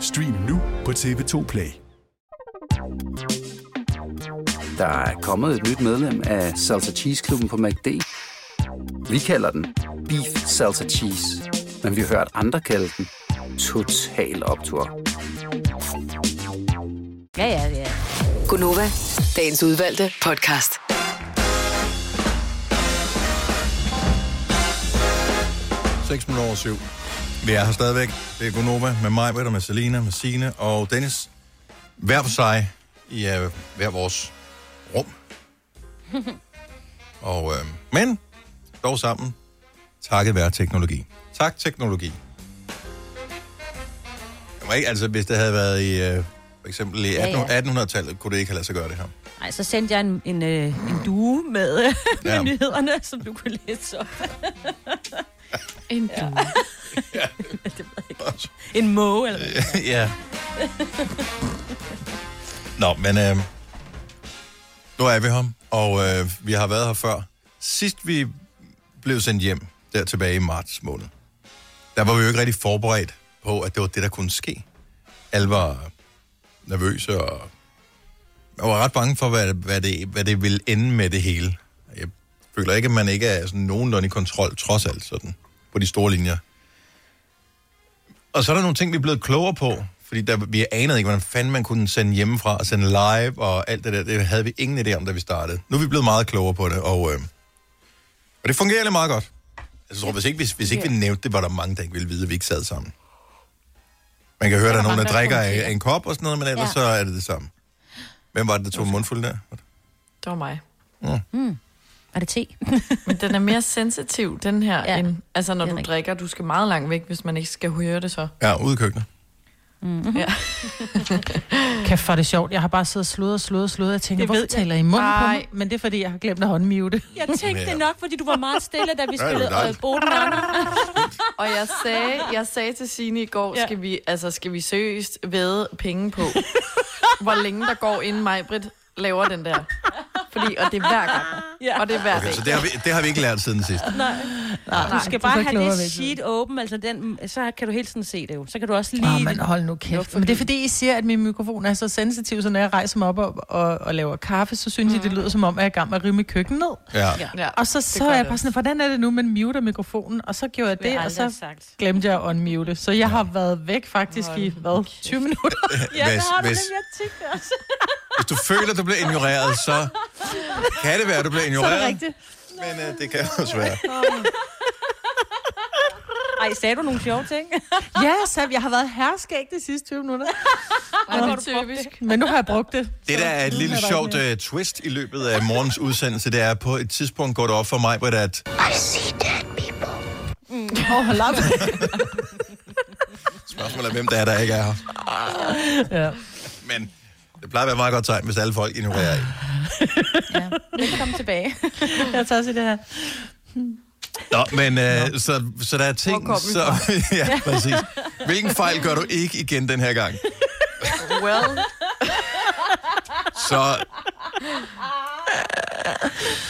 [SPEAKER 7] Stream nu på TV2 Play.
[SPEAKER 10] Der er kommet et nyt medlem af Salsa Cheese Klubben på MACD. Vi kalder den Beef Salsa Cheese, men vi har hørt andre kalde den Total Optor.
[SPEAKER 3] Ja, ja, ja.
[SPEAKER 6] Gunova, dagens udvalgte podcast.
[SPEAKER 1] klokken 6 minutter over 7. Vi er her stadigvæk. Det er Gunova med mig, Britta, med Selina, med Sine og Dennis. Hver for sig i øh, hver vores rum. Og, øh, men dog sammen takket være teknologi. Tak teknologi. Jeg må ikke, altså, hvis det havde været i, øh, for eksempel i
[SPEAKER 3] Ja,
[SPEAKER 1] 18,
[SPEAKER 3] ja.
[SPEAKER 1] 1800-tallet, kunne det ikke have lade sig gøre det her.
[SPEAKER 3] Ej, så sendte jeg en, en, øh, en due med, øh, med
[SPEAKER 1] Ja.
[SPEAKER 3] ja. nyhederne, som du kunne læse op.
[SPEAKER 4] En ja.
[SPEAKER 3] En måge, eller hvad?
[SPEAKER 1] ja. Nå, men øh, nu er vi her, og øh, vi har været her før. Sidst vi blev sendt hjem, der tilbage i marts måned, der var vi jo ikke rigtig forberedt på, at det var det, der kunne ske. Alle var nervøse og jeg var ret bange for, hvad, hvad, det, hvad det ville ende med det hele. Jeg føler ikke, at man ikke er sådan nogenlunde i kontrol, trods alt sådan, på de store linjer. Og så er der nogle ting, vi er blevet klogere på, fordi der, vi anede ikke, hvordan fanden man kunne sende hjemmefra og sende live og alt det der. Det havde vi ingen idé om, da vi startede. Nu er vi blevet meget klogere på det, og, øh, og det fungerer egentlig meget godt. Altså, Jeg tror, hvis ikke, hvis, hvis ikke vi nævnte det, var der mange, der ikke ville vide, at vi ikke sad sammen. Man kan høre, der er nogen, der drikker af af en kop og sådan noget, men ellers
[SPEAKER 4] Ja.
[SPEAKER 1] ja. så er det det samme. Hvem var det, der tog en mundfuld der?
[SPEAKER 4] Det var mig.
[SPEAKER 1] Mm.
[SPEAKER 3] Mm. Var det te?
[SPEAKER 4] Men den er mere sensitiv, den her, ja, end, altså når
[SPEAKER 3] det
[SPEAKER 4] du
[SPEAKER 3] er
[SPEAKER 4] rigtigt. drikker. Du skal meget langt væk, hvis man ikke skal høre det så.
[SPEAKER 1] Ja, ude i køkkenet.
[SPEAKER 4] Mm-hmm. Ja.
[SPEAKER 5] Kæft, for det sjovt. Jeg har bare siddet og slået og slået og slået. Jeg tænker,
[SPEAKER 4] Det
[SPEAKER 5] hvorfor
[SPEAKER 4] ved jeg
[SPEAKER 5] taler I
[SPEAKER 4] ikke.
[SPEAKER 5] munden på
[SPEAKER 4] Nej.
[SPEAKER 5] mig? Men det er, fordi jeg har glemt at håndmute.
[SPEAKER 3] Jeg tænkte det nok, fordi du var meget stille, da vi
[SPEAKER 5] Ja, det var
[SPEAKER 3] spillede øh,
[SPEAKER 5] dejligt.
[SPEAKER 3] Boden Under.
[SPEAKER 4] Og jeg sagde, jeg sagde til Signe i går, ja. skal, vi, altså, skal vi seriøst væde penge på, hvor længe der går, inden Majbrit laver den der. Fordi, og det er hver gang. Ja. Og det er hver
[SPEAKER 1] Okay,
[SPEAKER 4] dag.
[SPEAKER 1] så det har, vi, det har vi ikke lært siden sidst.
[SPEAKER 3] Nej.
[SPEAKER 5] Nej,
[SPEAKER 3] Du skal
[SPEAKER 5] det er så
[SPEAKER 3] bare have
[SPEAKER 5] klogere
[SPEAKER 3] det
[SPEAKER 5] væk.
[SPEAKER 3] sheet åben, altså den, så kan du hele tiden se det jo. Så kan du også lige...
[SPEAKER 5] Åh, oh, men hold nu kæft. Men det er fordi, I siger, at min mikrofon er så sensitiv, så når jeg rejser mig op og, og, og laver kaffe, så synes mm. I, det lyder som om, at jeg er i gang med at rive mit køkken ned.
[SPEAKER 1] Ja.
[SPEAKER 4] Ja.
[SPEAKER 5] Og så, så er jeg bare sådan, hvordan er det nu, man muter mikrofonen? Og så gjorde jeg
[SPEAKER 4] Det vil
[SPEAKER 5] det,
[SPEAKER 4] jeg
[SPEAKER 5] og
[SPEAKER 4] aldrig
[SPEAKER 5] så
[SPEAKER 4] have sagt.
[SPEAKER 5] glemte jeg at unmute. Så jeg ja. har været væk faktisk i, hvad, 20 minutter?
[SPEAKER 1] Ja, det har du Hvis-
[SPEAKER 5] jeg tænkte også.
[SPEAKER 1] Hvis du føler, du bliver ignoreret, så kan det være, du bliver ignoreret.
[SPEAKER 5] Så er det rigtigt.
[SPEAKER 1] Men øh, det kan også være.
[SPEAKER 3] Ej, sagde du nogle sjove ting?
[SPEAKER 5] ja, så jeg har været herskæg de sidste 20 minutter.
[SPEAKER 3] Ej, hvor er du
[SPEAKER 5] typisk. Men nu har jeg brugt det.
[SPEAKER 1] Det der er et lille sjovt uh, twist i løbet af morgens udsendelse, det er, at på et tidspunkt går det op for mig, hvor det er, at
[SPEAKER 5] I see dead people. Mm. Oh, hold op.
[SPEAKER 1] spørgsmålet er, hvem der er, der ikke er her.
[SPEAKER 5] ja.
[SPEAKER 1] Men det plejer at være et meget godt tegn, hvis alle folk ignorerer en.
[SPEAKER 3] Velkommen tilbage.
[SPEAKER 5] jeg tager også i det her.
[SPEAKER 1] Nå, men øh, så, så der er ting,
[SPEAKER 5] Hvor kom vi
[SPEAKER 1] så...
[SPEAKER 5] fra?
[SPEAKER 1] ja, præcis. Hvilken fejl gør du ikke igen den her gang?
[SPEAKER 4] Well.
[SPEAKER 1] Så,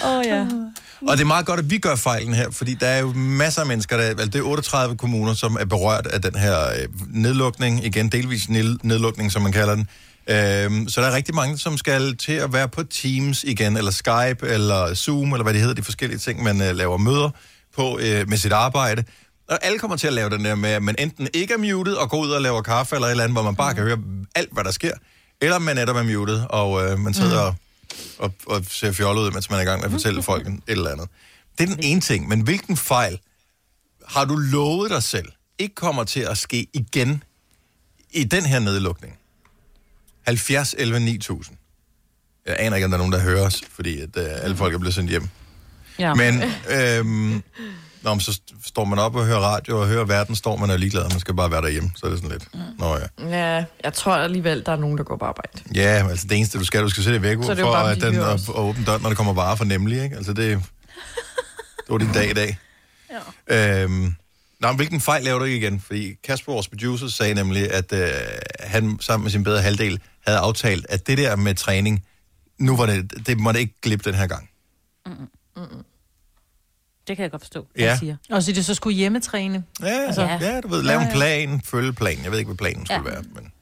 [SPEAKER 3] Åh, oh, ja.
[SPEAKER 1] og det er meget godt, at vi gør fejlen her, fordi der er jo masser af mennesker, der, altså det er 38 kommuner, som er berørt af den her øh, nedlukning, igen delvis ned- nedlukning, som man kalder den. Øhm, så der er rigtig mange, som skal til at være på Teams igen, eller Skype, eller Zoom, eller hvad det hedder, de forskellige ting, man øh, laver møder på øh, med sit arbejde. Og alle kommer til at lave den der med, at man enten ikke er muted og går ud og laver kaffe eller et eller andet, hvor man bare kan høre alt, hvad der sker, eller man netop er muted, og øh, man sidder og og, og ser fjollet ud, mens man er i gang med at fortælle folk et eller andet. Det er den ene ting, men hvilken fejl har du lovet dig selv ikke kommer til at ske igen i den her nedlukning? 70 11 9000. Jeg aner ikke, om der er nogen, der hører os, fordi at, øh, alle folk er blevet sendt hjem.
[SPEAKER 3] Ja.
[SPEAKER 1] Men, øhm, nå, men så st- står man op og hører radio og hører verden, står man og er ligeglad, og man skal bare være derhjemme. Så er det sådan lidt, nå ja.
[SPEAKER 4] Ja, jeg tror alligevel, der er nogen, der går på arbejde.
[SPEAKER 1] Ja, altså det eneste, du skal, du skal sætte i væk
[SPEAKER 4] Så er det jo
[SPEAKER 1] for
[SPEAKER 4] bare, om
[SPEAKER 1] at
[SPEAKER 4] de
[SPEAKER 1] den
[SPEAKER 4] hører
[SPEAKER 1] og,
[SPEAKER 4] os.
[SPEAKER 1] og åbne døren, når der kommer varer for nemlig, ikke? Altså det, det var din dag i dag. Ja. Øhm, nå, men hvilken fejl laver du ikke igen? Fordi Kasper, vores producer, sagde nemlig, at øh, han sammen med sin bedre halvdel havde aftalt, at det der med træning, nu var det, det måtte ikke glippe den her gang.
[SPEAKER 3] Det kan jeg godt forstå,
[SPEAKER 1] Ja.
[SPEAKER 3] jeg siger.
[SPEAKER 5] Og så det så skulle hjemmetræne.
[SPEAKER 1] Ja, altså, ja. ja du ved, lave en plan, følge planen. Jeg ved ikke, hvad planen skulle ja. være. Men...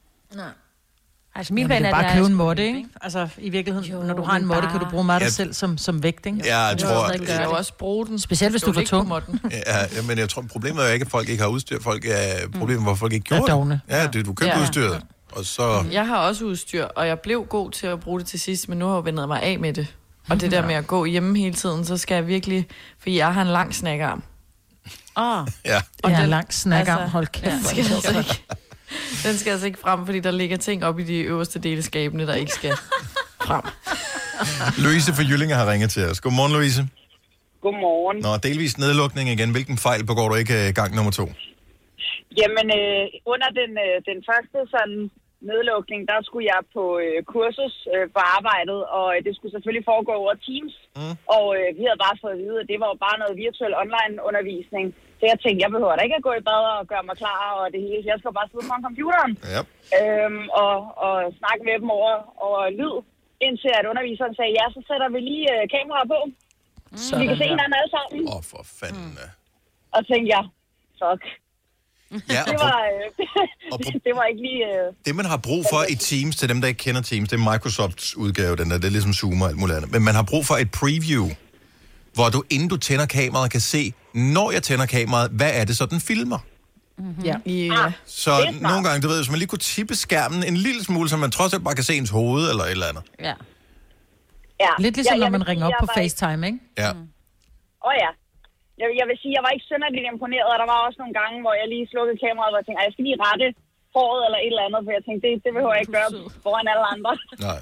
[SPEAKER 3] Altså,
[SPEAKER 5] Min
[SPEAKER 3] min
[SPEAKER 5] Jamen,
[SPEAKER 3] plan
[SPEAKER 5] det
[SPEAKER 3] er,
[SPEAKER 5] er bare
[SPEAKER 3] at jeg
[SPEAKER 5] at købe en
[SPEAKER 3] skal-
[SPEAKER 5] måtte, ikke? Altså, i virkeligheden, jo, når du har en
[SPEAKER 3] men
[SPEAKER 5] måtte,
[SPEAKER 3] bare-
[SPEAKER 5] kan du bruge meget dig
[SPEAKER 1] Ja.
[SPEAKER 5] selv som, som vægt, ikke?
[SPEAKER 1] Ja, jeg tror...
[SPEAKER 4] Du kan jo også bruge den.
[SPEAKER 5] Specielt, hvis
[SPEAKER 4] Skal
[SPEAKER 5] du er
[SPEAKER 4] ligge på
[SPEAKER 5] for tung.
[SPEAKER 4] måtten?
[SPEAKER 1] Ja, men jeg tror, problemet er ikke, at folk ikke har udstyr. Folk Mm. er problemet, hvor folk ikke gjorde
[SPEAKER 5] dogne.
[SPEAKER 1] det. Ja, det, du købte
[SPEAKER 4] Ja.
[SPEAKER 1] ja. udstyret, og så...
[SPEAKER 4] Jeg har også udstyr, og jeg blev god til at bruge det til sidst, men nu har jeg vendet mig af med det. Og det der med at gå hjemme hele tiden, så skal jeg virkelig... For jeg har en lang snakkearm.
[SPEAKER 3] Ah.
[SPEAKER 1] Ja.
[SPEAKER 5] Og ja, en lang snak om, hold kæft.
[SPEAKER 4] Den skal, altså ikke, den skal altså ikke frem, fordi der ligger ting op i de øverste dele af skabene, der ikke skal frem.
[SPEAKER 1] Louise fra Jyllinge har ringet til os. Godmorgen, Louise.
[SPEAKER 11] Godmorgen.
[SPEAKER 1] Nå, delvis nedlukning igen. Hvilken fejl begår du ikke øh, gang nummer to?
[SPEAKER 11] Jamen, øh, under den, øh, den første sådan nedlukning, der skulle jeg på øh, kursus øh, på arbejdet, og øh, det skulle selvfølgelig foregå over Teams. Mm. Og øh, vi havde bare fået at vide, at det var jo bare noget virtuel online-undervisning. Så jeg tænkte, jeg behøver da ikke at gå i bad og gøre mig klar, og det hele. Jeg skal bare sidde foran computeren
[SPEAKER 1] ja.
[SPEAKER 11] øhm, og, og snakke med dem over, over lyd, indtil at underviseren sagde, ja, så sætter vi lige øh, kameraer på. Så vi
[SPEAKER 1] Sådan
[SPEAKER 11] kan se
[SPEAKER 1] der. øh.
[SPEAKER 11] hinanden alle sammen.
[SPEAKER 1] Åh, for fanden. Mm.
[SPEAKER 11] Og tænkte jeg, fuck.
[SPEAKER 1] Ja, og
[SPEAKER 11] det, var, øh, det var ikke lige... Øh,
[SPEAKER 1] Det, man har brug for i Teams, til dem, der ikke kender Teams, det er Microsofts udgave, den der, det er ligesom Zoom og alt muligt andet. Men man har brug for et preview, hvor du, inden du tænder kameraet, kan se, når jeg tænder kameraet, hvad er det så, den filmer?
[SPEAKER 5] Mm-hmm. Ja.
[SPEAKER 4] øh,
[SPEAKER 5] Yeah.
[SPEAKER 4] Ah.
[SPEAKER 1] Så nogle gange, du ved, hvis man lige kunne tippe skærmen en lille smule, så man trods alt bare kan se ens hoved eller et eller andet.
[SPEAKER 3] Ja.
[SPEAKER 11] ja.
[SPEAKER 5] Lidt ligesom,
[SPEAKER 11] Ja,
[SPEAKER 5] ja,
[SPEAKER 11] jeg
[SPEAKER 5] når
[SPEAKER 11] vil
[SPEAKER 5] man
[SPEAKER 11] sige,
[SPEAKER 5] ringer op
[SPEAKER 11] jeg
[SPEAKER 5] på
[SPEAKER 11] var ikke-
[SPEAKER 5] FaceTime, ikke?
[SPEAKER 1] Ja.
[SPEAKER 11] Mm. Åh oh, ja. Jeg, jeg vil sige, jeg var ikke synderligt imponeret, og der var også nogle gange, hvor jeg lige slukkede kameraet, og jeg tænkte, "Ej, jeg skal lige rette håret eller et eller andet, for jeg tænkte, det, det behøver jeg ikke gøre foran alle andre.
[SPEAKER 1] Nej.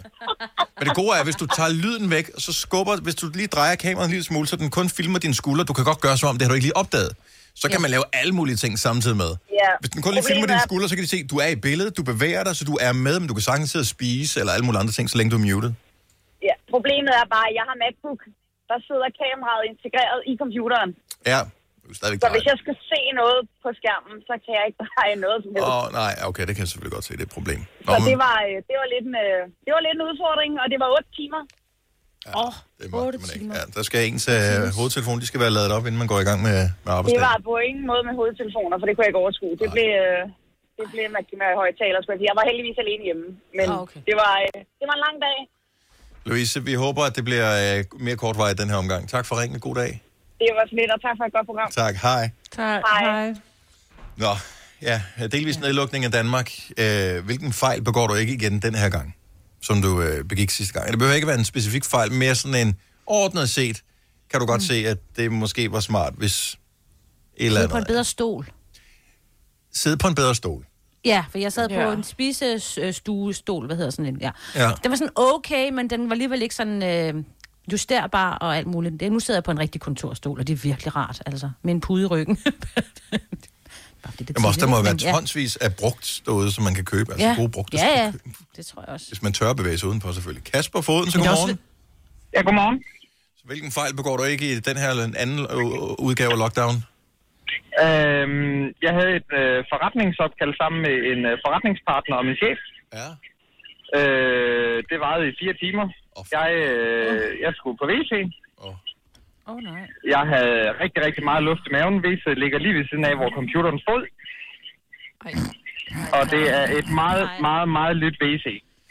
[SPEAKER 1] Men det gode er, hvis du tager lyden væk, så skubber, hvis du lige drejer kameraet en lille smule, så den kun filmer dine skuldre. Du kan godt gøre som om, det har du ikke lige opdaget. Så kan man lave alle mulige ting samtidig med.
[SPEAKER 11] Ja.
[SPEAKER 1] Hvis den kun lige filmer
[SPEAKER 11] Problemet
[SPEAKER 1] dine
[SPEAKER 11] er-
[SPEAKER 1] skuldre, så kan de se, at du er i billedet, du bevæger dig, så du er med, men du kan sagtens sidde og spise, eller alle mulige andre ting, så længe du er muted.
[SPEAKER 11] Ja, problemet er bare, at jeg har MacBook. Der sidder kameraet integreret i computeren.
[SPEAKER 1] Ja, du er stadigvæk
[SPEAKER 11] Så
[SPEAKER 1] dejlig.
[SPEAKER 11] hvis jeg skal se noget på skærmen, så kan jeg ikke dreje noget som helst.
[SPEAKER 1] Åh, oh, nej, okay, det kan jeg selvfølgelig godt se, det er et problem. Nå,
[SPEAKER 11] Så
[SPEAKER 1] men,
[SPEAKER 11] det var, øh, det, var lidt en, øh, det var lidt en udfordring, og det var 8 timer.
[SPEAKER 1] Åh, det må man ikke. Ja, der skal ens øh, hovedtelefon, de skal være ladet op, inden man går i gang med, med
[SPEAKER 11] Det
[SPEAKER 1] arbejdsdagen.
[SPEAKER 11] var på ingen måde med hovedtelefoner, for det kunne jeg ikke overskue. Det blev, øh, det blev med, med højtaler, skulle jeg sige. Jeg var heldigvis alene hjemme, men ah, okay. det, var, øh, det var en lang dag.
[SPEAKER 1] Louise, vi håber, at det bliver øh, mere kortvarigt den her omgang. Tak for ringen, god dag.
[SPEAKER 11] Det var så lidt, og tak for et godt program.
[SPEAKER 1] Tak, hej.
[SPEAKER 5] Tak.
[SPEAKER 11] Hej.
[SPEAKER 1] Nå, ja, delvis nedlukning af Danmark. Øh, hvilken fejl begår du ikke igen den her gang, som du øh, begik sidste gang? Det behøver ikke være en specifik fejl, mere sådan en ordnet set, kan du godt mm. se, at det måske var smart, hvis et eller
[SPEAKER 3] Sidde på en
[SPEAKER 1] andet.
[SPEAKER 3] bedre stol.
[SPEAKER 1] Sidde på en bedre stol.
[SPEAKER 3] Ja, for jeg sad ja.
[SPEAKER 1] Ja.
[SPEAKER 3] på en spisestuestol, hvad hedder sådan en, ja.
[SPEAKER 1] Ja.
[SPEAKER 3] Den var sådan okay, men den var alligevel ikke sådan øh, justerbar og alt muligt. Det- Nu sidder jeg på en rigtig kontorstol, og det er virkelig rart, altså. Med en pude i ryggen.
[SPEAKER 1] Jamen også, der må jo
[SPEAKER 3] tidligt, men
[SPEAKER 1] være
[SPEAKER 3] ja.
[SPEAKER 1] tonsvis af brugt derude, som man kan købe. Altså ja. gode brugte.
[SPEAKER 3] ja, ja, det tror jeg også.
[SPEAKER 1] Hvis man tør at bevæge sig udenpå, selvfølgelig. Kasper Foden, så
[SPEAKER 3] Men det er også
[SPEAKER 1] godmorgen.
[SPEAKER 12] Ja, godmorgen.
[SPEAKER 1] Så hvilken fejl begår du ikke i den her eller en anden øh, udgave af lockdown?
[SPEAKER 12] Øhm, jeg havde et øh, forretningsopkald sammen med en øh, forretningspartner og min chef.
[SPEAKER 1] Ja.
[SPEAKER 12] Øh, det varede i fire timer. Jeg, øh, jeg skulle på WC.
[SPEAKER 3] Åh, oh, nej.
[SPEAKER 12] Jeg havde rigtig, rigtig meget luft i maven. WC ligger lige ved siden af, hvor computeren stod. Og det er et meget, meget, meget lyt WC.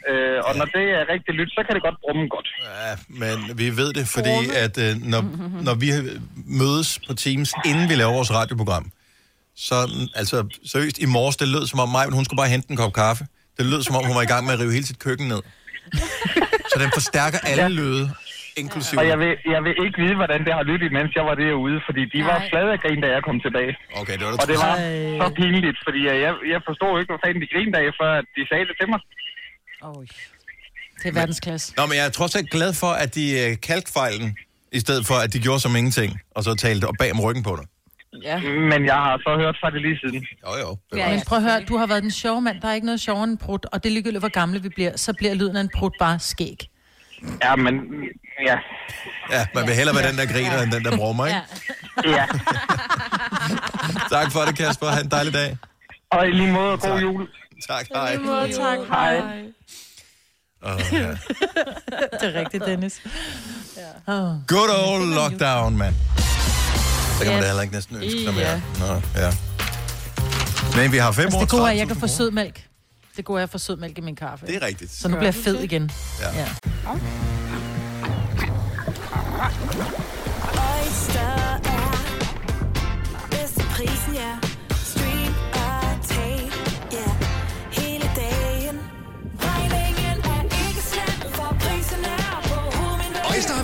[SPEAKER 12] Øh, og når det er rigtig lyt, så kan det godt brumme godt.
[SPEAKER 1] Ja, men vi ved det, fordi at øh, når, når vi mødes på Teams, inden vi laver vores radioprogram, så altså, seriøst, i morges, det lød som om mig, men hun skulle bare hente en kop kaffe. Det lød som om, hun var i gang med at rive hele sit køkken ned. Så den forstærker alle lyde, inklusive...
[SPEAKER 12] Og jeg vil, jeg vil ikke vide, hvordan det har lyttet, mens jeg var derude, fordi de Nej. var flade af grin, da jeg kom tilbage.
[SPEAKER 1] Okay, det var
[SPEAKER 12] Og det var så pinligt, fordi øh, jeg, jeg forstod ikke, hvad fanden de grinede af, før de sagde det til mig.
[SPEAKER 5] Det er verdensklasse.
[SPEAKER 1] Nå, men jeg er trods alt glad for, at de øh, kaldte fejlen, i stedet for, at de gjorde som ingenting, og så talte og bag om ryggen på dig.
[SPEAKER 5] Ja.
[SPEAKER 12] Men jeg har så hørt fra det lige siden.
[SPEAKER 1] Jo, jo.
[SPEAKER 5] Ja, Men prøv at høre, du har været den sjove mand. Der er ikke noget sjovere end en prut, og det er ligegyldigt, hvor gamle vi bliver, så bliver lyden af en prut bare skæg.
[SPEAKER 12] Ja, men... Ja.
[SPEAKER 1] Ja, man vil hellere være den, der griner, end den, der brummer, ikke?
[SPEAKER 12] Ja.
[SPEAKER 1] tak for det, Kasper. Ha' en dejlig dag.
[SPEAKER 12] Og i lige måde, god jul.
[SPEAKER 1] Tak, hej.
[SPEAKER 5] Hej.
[SPEAKER 1] Åh, ja.
[SPEAKER 5] det er rigtigt, Dennis. Ja. Oh.
[SPEAKER 1] Good old lockdown, mand. Så kan man da
[SPEAKER 5] Yes.
[SPEAKER 1] heller ikke næsten ønske, når man
[SPEAKER 5] Ja.
[SPEAKER 1] er. Nå, ja. Men vi har fem
[SPEAKER 5] Altså, det
[SPEAKER 1] år
[SPEAKER 5] gode er, at jeg kan få sød mælk. Det gode er, at jeg får sød mælk i min kaffe.
[SPEAKER 1] Det er rigtigt.
[SPEAKER 5] Så nu bliver jeg fed igen.
[SPEAKER 1] Ja.
[SPEAKER 5] ja.
[SPEAKER 13] Oyster er bedst til prisen, ja. Stream og tag, ja. Hele dagen. Regningen er ikke slem, for prisen er på hovedet.
[SPEAKER 14] Øjster har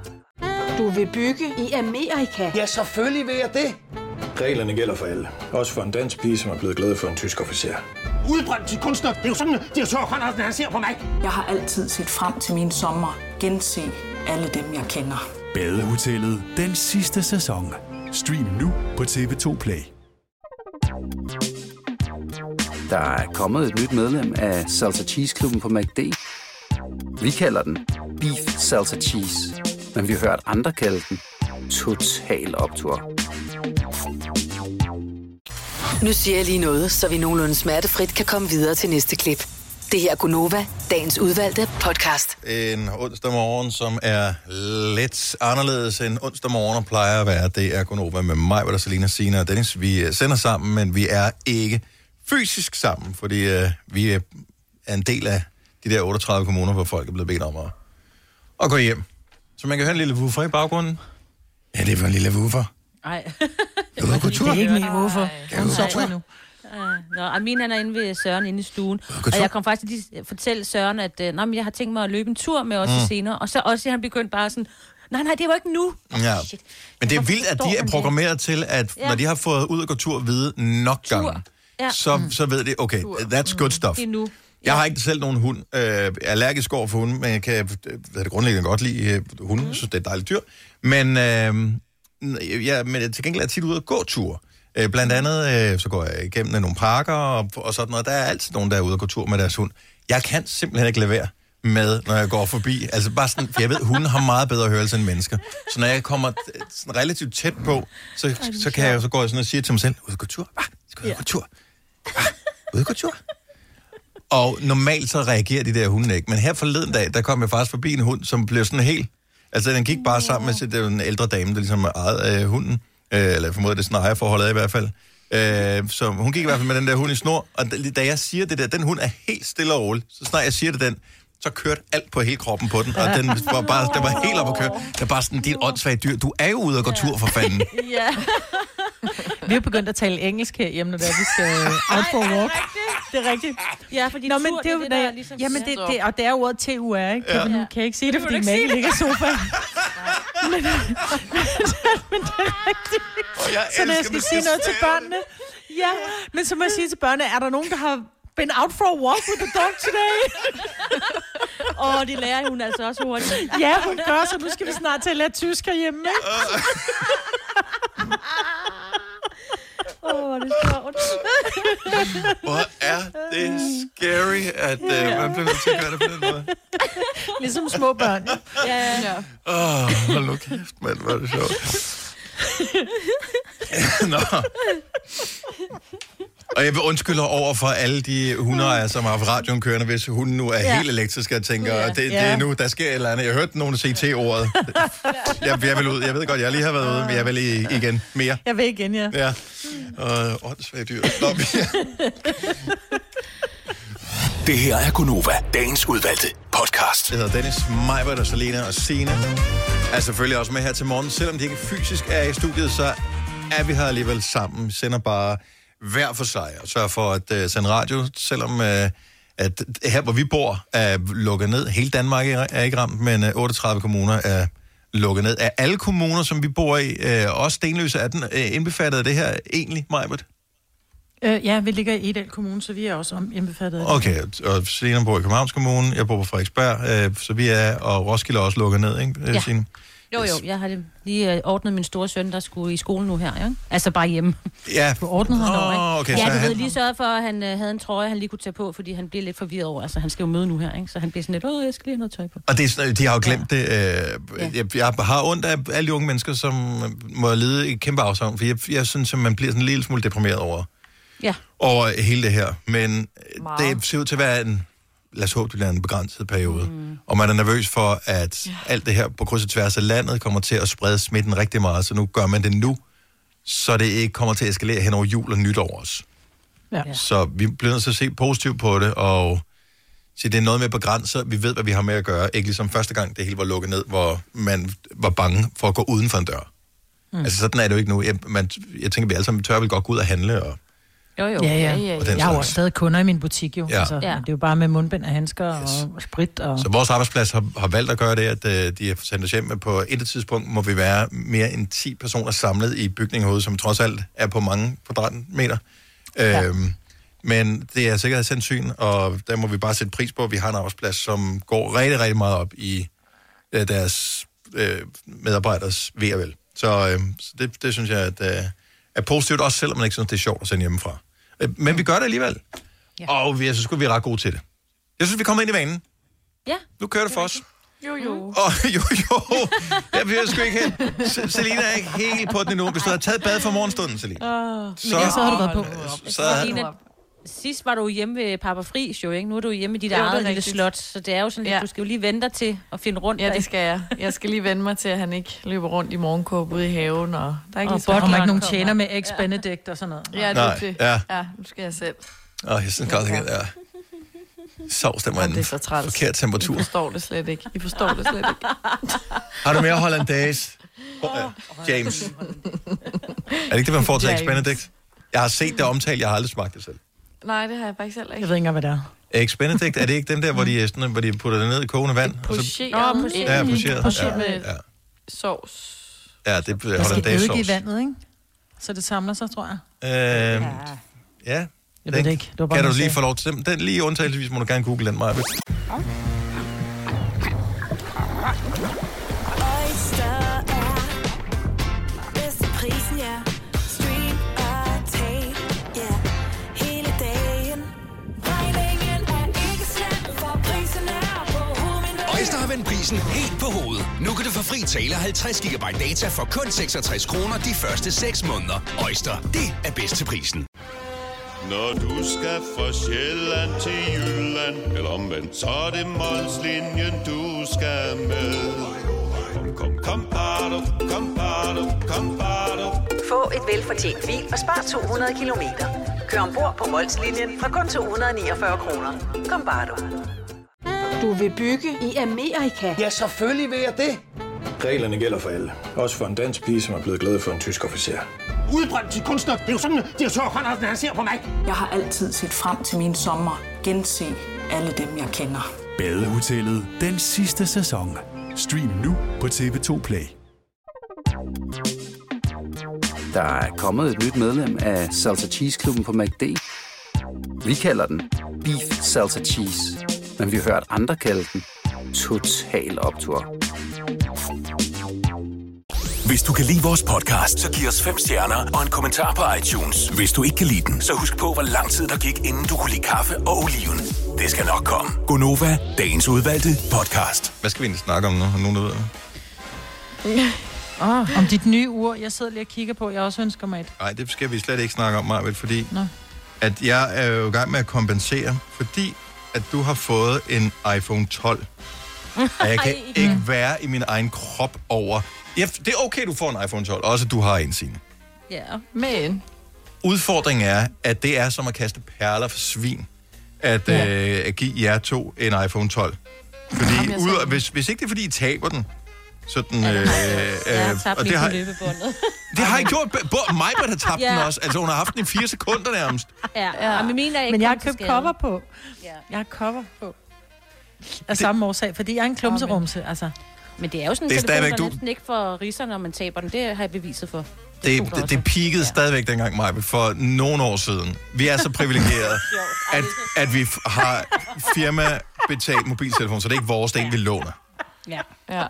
[SPEAKER 15] Du vil bygge i Amerika? Ja, selvfølgelig vil jeg det.
[SPEAKER 16] Reglerne gælder for alle. Også for en dansk pige, som er blevet glad for en tysk officer.
[SPEAKER 17] Udbrændt til kunstner. Det er jo sådan, at de har tørt, han, han ser på mig. Jeg har altid set frem til min sommer. Gense alle dem, jeg kender.
[SPEAKER 7] Badehotellet den sidste sæson. Stream nu på TV2 Play.
[SPEAKER 10] Der er kommet et nyt medlem af Salsa Cheese Klubben på MACD. Vi kalder den Beef Salsa Cheese, men vi har hørt andre kalde den Total Optor.
[SPEAKER 6] Nu siger jeg lige noget, så vi nogenlunde smertefrit kan komme videre til næste klip. Det her er Gunova, dagens udvalgte podcast.
[SPEAKER 1] En onsdag morgen, som er lidt anderledes end onsdag morgen plejer at være. Det er Gunova med mig, hvor der Selina, Sina og Dennis. Vi øh, sender sammen, men vi er ikke fysisk sammen, fordi øh, vi er er en del af de der 38 kommuner, hvor folk er blevet bedt om at, at gå hjem. Så man kan høre en lille woofer i baggrunden. Ja, det var en lille woofer.
[SPEAKER 3] Nej.
[SPEAKER 1] Ude at gå tur. Det er ikke min
[SPEAKER 2] woofer.
[SPEAKER 1] Kan du gå tur?
[SPEAKER 3] nu. Nå, og min han er inde ved Søren inde i stuen.
[SPEAKER 1] gå
[SPEAKER 3] Og
[SPEAKER 1] tur.
[SPEAKER 3] jeg kom faktisk lige til at fortælle Søren, at øh, Nå, men jeg har tænkt mig at løbe en tur med os
[SPEAKER 1] Mm.
[SPEAKER 3] mm. senere. Og så også han begyndte bare sådan, nej, nej, det var ikke nu.
[SPEAKER 1] Ja. Men det er vildt, at de
[SPEAKER 3] forstår
[SPEAKER 1] er
[SPEAKER 3] man det?
[SPEAKER 1] programmeret til, at
[SPEAKER 3] Ja.
[SPEAKER 1] når de har fået ud og gå tur at vide nok gange,
[SPEAKER 3] Ja.
[SPEAKER 1] så, så ved de, okay, that's good stuff.
[SPEAKER 3] Det er nu.
[SPEAKER 1] Jeg har ikke selv nogen hund. Øh, jeg er allergisk over for hunde, men jeg kan øh, hvad er det grundlæggende godt lide øh, hunde. Jeg synes, det er et dejligt dyr. Men, øh, ja, men til gengæld er jeg tit ude at gå tur. Øh, blandt andet, øh, så går jeg igennem nogle parker og, og sådan noget. Der er altid nogen, der er ude og gå tur med deres hund. Jeg kan simpelthen ikke lade være med, når jeg går forbi. Altså bare sådan, for jeg ved, hunden har meget bedre hørelse end mennesker. Så når jeg kommer øh, sådan relativt tæt på, så, så, kan jeg, så går jeg sådan og siger til mig selv, ud og gå tur. Ah, skal ud og gå tur. Ah, ud og gå tur. Og normalt så reagerer de der hunde ikke. Men her forleden dag, der kom jeg faktisk forbi en hund, som blev sådan helt... Altså, den gik bare sammen med... sit- Det var en ældre dame, der ligesom ejede øh, hunden. Øh, eller jeg formoder, det er sådan ejerforholdet i hvert fald. Øh, så hun gik i hvert fald med den der hund i snor. Og da, da jeg siger det der, den hund er helt stille og rolig. Så snart jeg siger det den, så kørte alt på hele kroppen på den. Og den var, bare, den var helt op at køre. Det er bare sådan, dit åndssvage dyr. Du er jo ude og gå tur for fanden.
[SPEAKER 5] Ja. vi har begyndt at tale engelsk herhjemme, når det er, vi skal øh, out for a walk. Det er rigtigt.
[SPEAKER 3] Ja, fordi
[SPEAKER 5] Nå,
[SPEAKER 3] tur,
[SPEAKER 5] men det er jo,
[SPEAKER 3] der er
[SPEAKER 5] ligesom
[SPEAKER 3] ligesom...
[SPEAKER 5] jamen, det, det, og det er jo ordet TUR, ikke?
[SPEAKER 1] Ja.
[SPEAKER 5] Ja. Kan, man, kan jeg ikke sige det,
[SPEAKER 3] Det må du
[SPEAKER 5] fordi
[SPEAKER 3] ikke sige
[SPEAKER 5] Maggie
[SPEAKER 3] det.
[SPEAKER 5] ligger i sofaen. men, men, men det er rigtigt.
[SPEAKER 1] jeg
[SPEAKER 5] så når jeg
[SPEAKER 1] elsker,
[SPEAKER 5] skal
[SPEAKER 1] du
[SPEAKER 5] sige
[SPEAKER 1] skal
[SPEAKER 5] noget til
[SPEAKER 1] stave
[SPEAKER 5] børnene, ja, men så må jeg sige til børnene, er der nogen, der har been out for a walk with the dog today?
[SPEAKER 3] Åh, oh, det lærer hun altså også hurtigt.
[SPEAKER 5] ja, hun gør, så nu skal vi snart til at lære tysk herhjemme. ikke?
[SPEAKER 3] Åh, oh, det er sjovt.
[SPEAKER 1] Hvor er det scary, at øh, man bliver nødt til at gøre det på den måde.
[SPEAKER 5] ligesom små børn.
[SPEAKER 3] ja, ja.
[SPEAKER 1] Åh, oh, hold nu kæft, mand, hvor er det sjovt. Nå. Og jeg vil undskylde over for alle de hundeejere, som har haft radioen kørende, hvis hunden nu er
[SPEAKER 5] Ja.
[SPEAKER 1] ja. helt elektrisk, og tænker,
[SPEAKER 5] Ja.
[SPEAKER 1] ja. det, det
[SPEAKER 5] Ja.
[SPEAKER 1] er nu, der sker et eller andet. Jeg hørte nogen sige T-ordet. Jeg, jeg vil ud. Jeg ved godt, jeg lige har været ude, men jeg vil i, igen mere.
[SPEAKER 5] Jeg vil igen, ja.
[SPEAKER 1] Ja. Og åndssvagt dyr. Nå,
[SPEAKER 14] Det her er Gunova, dagens udvalgte podcast.
[SPEAKER 1] Jeg hedder Dennis, Majbert og Selena og Sina er selvfølgelig også med her til morgen. Selvom de ikke fysisk er i studiet, så er vi her alligevel sammen. Sender bare hver for sig og sørger for at uh, sende radio, selvom uh, at her, hvor vi bor, er lukket ned. Hele Danmark er er ikke ramt, men uh, 38 kommuner er lukket ned. Er alle kommuner, som vi bor i, uh, også Stenløse, er den uh, indbefattet af det her egentlig, Majbert?
[SPEAKER 5] Øh, ja, vi ligger i Edal Kommune, så vi er også om indbefattet. af det.
[SPEAKER 1] Okay, og Selena bor i Københavns Kommune, jeg bor på Frederiksberg, uh, så vi er, og Roskilde er også lukket ned, ikke? øh,
[SPEAKER 3] Ja.
[SPEAKER 1] Signe?
[SPEAKER 3] Jo, jo, jeg har lige øh, ordnet min store søn, der skulle i skole nu her, ikke? Altså bare hjemme.
[SPEAKER 1] Ja.
[SPEAKER 5] Du ordnede
[SPEAKER 1] ham
[SPEAKER 3] Nå, ikke?
[SPEAKER 1] oh, okay, så
[SPEAKER 3] ja, du
[SPEAKER 1] han...
[SPEAKER 3] ved lige sørget for, at han øh, havde en trøje, han lige kunne tage på, fordi han blev lidt forvirret over. Altså, han skal jo møde nu her, ikke? Så han bliver sådan lidt, åh, jeg skal lige have noget tøj på.
[SPEAKER 1] Og det er sådan, de har jo glemt det. Øh, jeg, jeg har ondt af alle de unge mennesker, som øh, må lide et kæmpe afsavn, for jeg, jeg synes, at man bliver sådan en lille smule deprimeret over,
[SPEAKER 3] Ja.
[SPEAKER 1] over hele det her. Men wow. det ser ud til at være en, lad os håbe, det bliver en begrænset periode. Mm. Og man er nervøs for, at ja. alt det her på kryds og tværs af landet kommer til at sprede smitten rigtig meget, så nu gør man det nu, så det ikke kommer til at eskalere hen over jul og nytår også.
[SPEAKER 5] Ja.
[SPEAKER 1] Så vi bliver nødt til at se positivt på det, og se, det er noget med begrænser. Vi ved, hvad vi har med at gøre. Ikke ligesom første gang, det hele var lukket ned, hvor man var bange for at gå uden for en dør. Mm. Altså, sådan er det jo ikke nu. Jeg, man, jeg tænker, vi alle sammen tør vel godt gå ud og handle. Og,
[SPEAKER 3] Jo, jo.
[SPEAKER 5] Ja, ja.
[SPEAKER 1] Og den
[SPEAKER 5] Jeg har jo
[SPEAKER 1] slags.
[SPEAKER 5] også stadig kunder i min butik, jo.
[SPEAKER 1] Ja.
[SPEAKER 5] Ja. Altså,
[SPEAKER 1] Ja.
[SPEAKER 5] ja. Det er jo bare med mundbind og handsker yes. og sprit. Og...
[SPEAKER 1] Så vores arbejdsplads har, har valgt at gøre det, at øh, de har sendt os hjem, men på et tidspunkt må vi være mere end 10 personer samlet i bygningen herude, som trods alt er på mange kvadratmeter. Ja. Øhm, men det er sikkerhedshensyn, og der må vi bare sætte pris på, at vi har en arbejdsplads, som går rigtig, rigtig meget op i øh, deres øh, medarbejderes ved og vel. Så, øh, så det, det synes jeg at, øh, er positivt, også selvom man ikke synes, det er sjovt at sende hjemmefra. Øh, men vi gør det alligevel. Ja. Og vi, jeg synes sgu, vi er ret gode til det. Jeg synes, vi kommer ind i vanen.
[SPEAKER 3] Ja.
[SPEAKER 1] Nu kører det for os.
[SPEAKER 4] Jo, jo.
[SPEAKER 1] Og jo, jo. Jeg bliver sgu ikke helt... Se- Selina er ikke helt på den endnu. Hvis du havde taget bad for morgenstunden, Selina.
[SPEAKER 3] Oh.
[SPEAKER 1] Så- Men ellers havde du været på. Så havde-
[SPEAKER 3] Sidst var du hjemme ved Papa Friis jo, ikke? Nu er du hjemme i dit
[SPEAKER 4] Jo, det er
[SPEAKER 3] eget lille
[SPEAKER 4] rigtigt.
[SPEAKER 3] slot, så det er jo sådan lidt,
[SPEAKER 4] Ja.
[SPEAKER 3] du skal jo lige vente dig til at finde rundt.
[SPEAKER 4] Ja,
[SPEAKER 3] der.
[SPEAKER 4] det skal jeg. Jeg skal lige vende mig til, at han ikke løber rundt i morgenkåb ude i haven, og der er ikke
[SPEAKER 5] Og
[SPEAKER 4] lige så
[SPEAKER 5] Butler
[SPEAKER 4] mange,
[SPEAKER 5] kommer.
[SPEAKER 4] der
[SPEAKER 5] tjener med
[SPEAKER 4] Ja.
[SPEAKER 5] ex-Benedict og sådan noget.
[SPEAKER 4] Ja, det
[SPEAKER 1] Nej,
[SPEAKER 4] er det.
[SPEAKER 1] ja.
[SPEAKER 4] ja, nu skal jeg selv.
[SPEAKER 1] Åh, jeg synes godt, at det er... Sovs, den var en forkert temperatur.
[SPEAKER 4] I forstår det slet ikke. I forstår det slet ikke.
[SPEAKER 1] Har du mere hollandaise? Oh, James. Er det ikke det, man får til Eggs
[SPEAKER 4] James.
[SPEAKER 1] Benedict? Jeg har set det omtalt, jeg har aldrig smagt det selv.
[SPEAKER 4] Nej, det har jeg faktisk heller ikke.
[SPEAKER 5] Jeg ved ikke engang, hvad det er.
[SPEAKER 1] Eggs Benedict, er det ikke dem der, hvor de, er sådan, hvor de putter det ned i kogende vand? Og så,
[SPEAKER 4] Pocheret.
[SPEAKER 5] Nå,
[SPEAKER 1] pocheret. Ja, pocheret.
[SPEAKER 5] Pocheret
[SPEAKER 1] Ja,
[SPEAKER 5] med
[SPEAKER 1] ja.
[SPEAKER 4] Sovs.
[SPEAKER 1] ja, det bliver
[SPEAKER 5] Der skal
[SPEAKER 1] hollandaise
[SPEAKER 5] eddike
[SPEAKER 1] sovs.
[SPEAKER 5] i vandet, ikke? Så det samler sig, tror jeg.
[SPEAKER 1] Øhm, ja.
[SPEAKER 5] Jeg
[SPEAKER 1] den
[SPEAKER 5] ved det ikke. Det var bare
[SPEAKER 1] kan du
[SPEAKER 5] noget,
[SPEAKER 1] lige
[SPEAKER 5] jeg
[SPEAKER 1] få lov til den, den lige undtagelsesvis må du gerne google den, Maja.
[SPEAKER 13] Oyster er bedst til prisen, ja. Stream og tag, ja. Hele dagen. Regningen er ikke slem, for prisen er på hovedet.
[SPEAKER 14] Øjster har vendt prisen helt på hovedet. Nu kan du få fri tale 50 GB data for kun 66 kroner de første 6 måneder. Øjster, det er bedst til prisen.
[SPEAKER 18] Når du skal fra Sjælland til Jylland, eller omvendt, så er det Molslinjen, du skal med. Kom, kom, kom, bado, kom, bado, kom, bado.
[SPEAKER 19] Få et velfortjent bil og spar 200 kilometer. Kør ombord på Molslinjen fra kun 249 kroner. Kom bare du.
[SPEAKER 17] Du vil bygge i Amerika? Ja, selvfølgelig vil jeg det.
[SPEAKER 16] Reglerne gælder for alle. Også for en dansk pige, som er blevet glad for en tysk officer.
[SPEAKER 17] Udbrændt til kunstner. Det er jo sådan, at de har tørt, Conradsen, han ser på mig. Jeg har altid set frem til min sommer. Gense alle dem, jeg kender.
[SPEAKER 7] Badehotellet den sidste sæson. Stream nu på TV2 Play.
[SPEAKER 10] Der er kommet et nyt medlem af Salsa Cheese Klubben på MACD. Vi kalder den Beef Salsa Cheese, men vi har hørt andre kalde den Total Optor.
[SPEAKER 20] Hvis du kan lide vores podcast, så giv os fem stjerner og en kommentar på iTunes. Hvis du ikke kan lide den, så husk på, hvor lang tid der gik, inden du kunne lide kaffe og oliven. Det skal nok komme.
[SPEAKER 1] Gonova, dagens udvalgte podcast. Hvad skal vi egentlig snakke om nu? Er der Nogen, der ved det?
[SPEAKER 5] Oh, om dit nye ur, jeg sidder lige og kigger på. Jeg også ønsker mig et.
[SPEAKER 1] Nej, det skal vi slet ikke snakke om, Marvind, fordi
[SPEAKER 5] Nå.
[SPEAKER 1] at jeg er jo i gang med at kompensere, fordi at du har fået en iPhone 12. Og jeg kan ikke være i min egen krop over... Ja, det er okay, du får en iPhone 12, også at du har en, Signe.
[SPEAKER 4] Ja,
[SPEAKER 1] Øh,
[SPEAKER 4] men...
[SPEAKER 1] Udfordringen er, at det er som at kaste perler for svin, at, ja. øh, at give jer to en iPhone 12. Fordi ud, hvis, hvis ikke det er, fordi I taber den, så den... Øh, øh,
[SPEAKER 3] Jeg har tabt
[SPEAKER 1] og
[SPEAKER 3] lige
[SPEAKER 1] det, har,
[SPEAKER 3] på løbebåndet.
[SPEAKER 1] det har I gjort. Både mig, der har tabt
[SPEAKER 3] Ja.
[SPEAKER 1] den også. Altså, hun har haft den i fire sekunder nærmest.
[SPEAKER 3] ja, ja. Men, min er ikke
[SPEAKER 5] Men jeg har
[SPEAKER 3] kommet til
[SPEAKER 5] købt
[SPEAKER 3] skade.
[SPEAKER 5] cover på. Ja. Jeg har cover på. Af samme årsag, fordi jeg er en klumserumse, altså.
[SPEAKER 3] Men det er jo sådan,
[SPEAKER 1] Det er
[SPEAKER 3] en telefon,
[SPEAKER 1] stadigvæk
[SPEAKER 3] der
[SPEAKER 1] du-
[SPEAKER 3] næsten ikke får riser, når man taber den. Det har jeg beviset for.
[SPEAKER 1] Det, det, det peakede ja. stadigvæk dengang, Maja, for nogle år siden. Vi er så privilegerede, at, at vi f- har firma betalt mobiltelefon, så det er ikke vores, det er en, vi låner.
[SPEAKER 4] Ja. ja.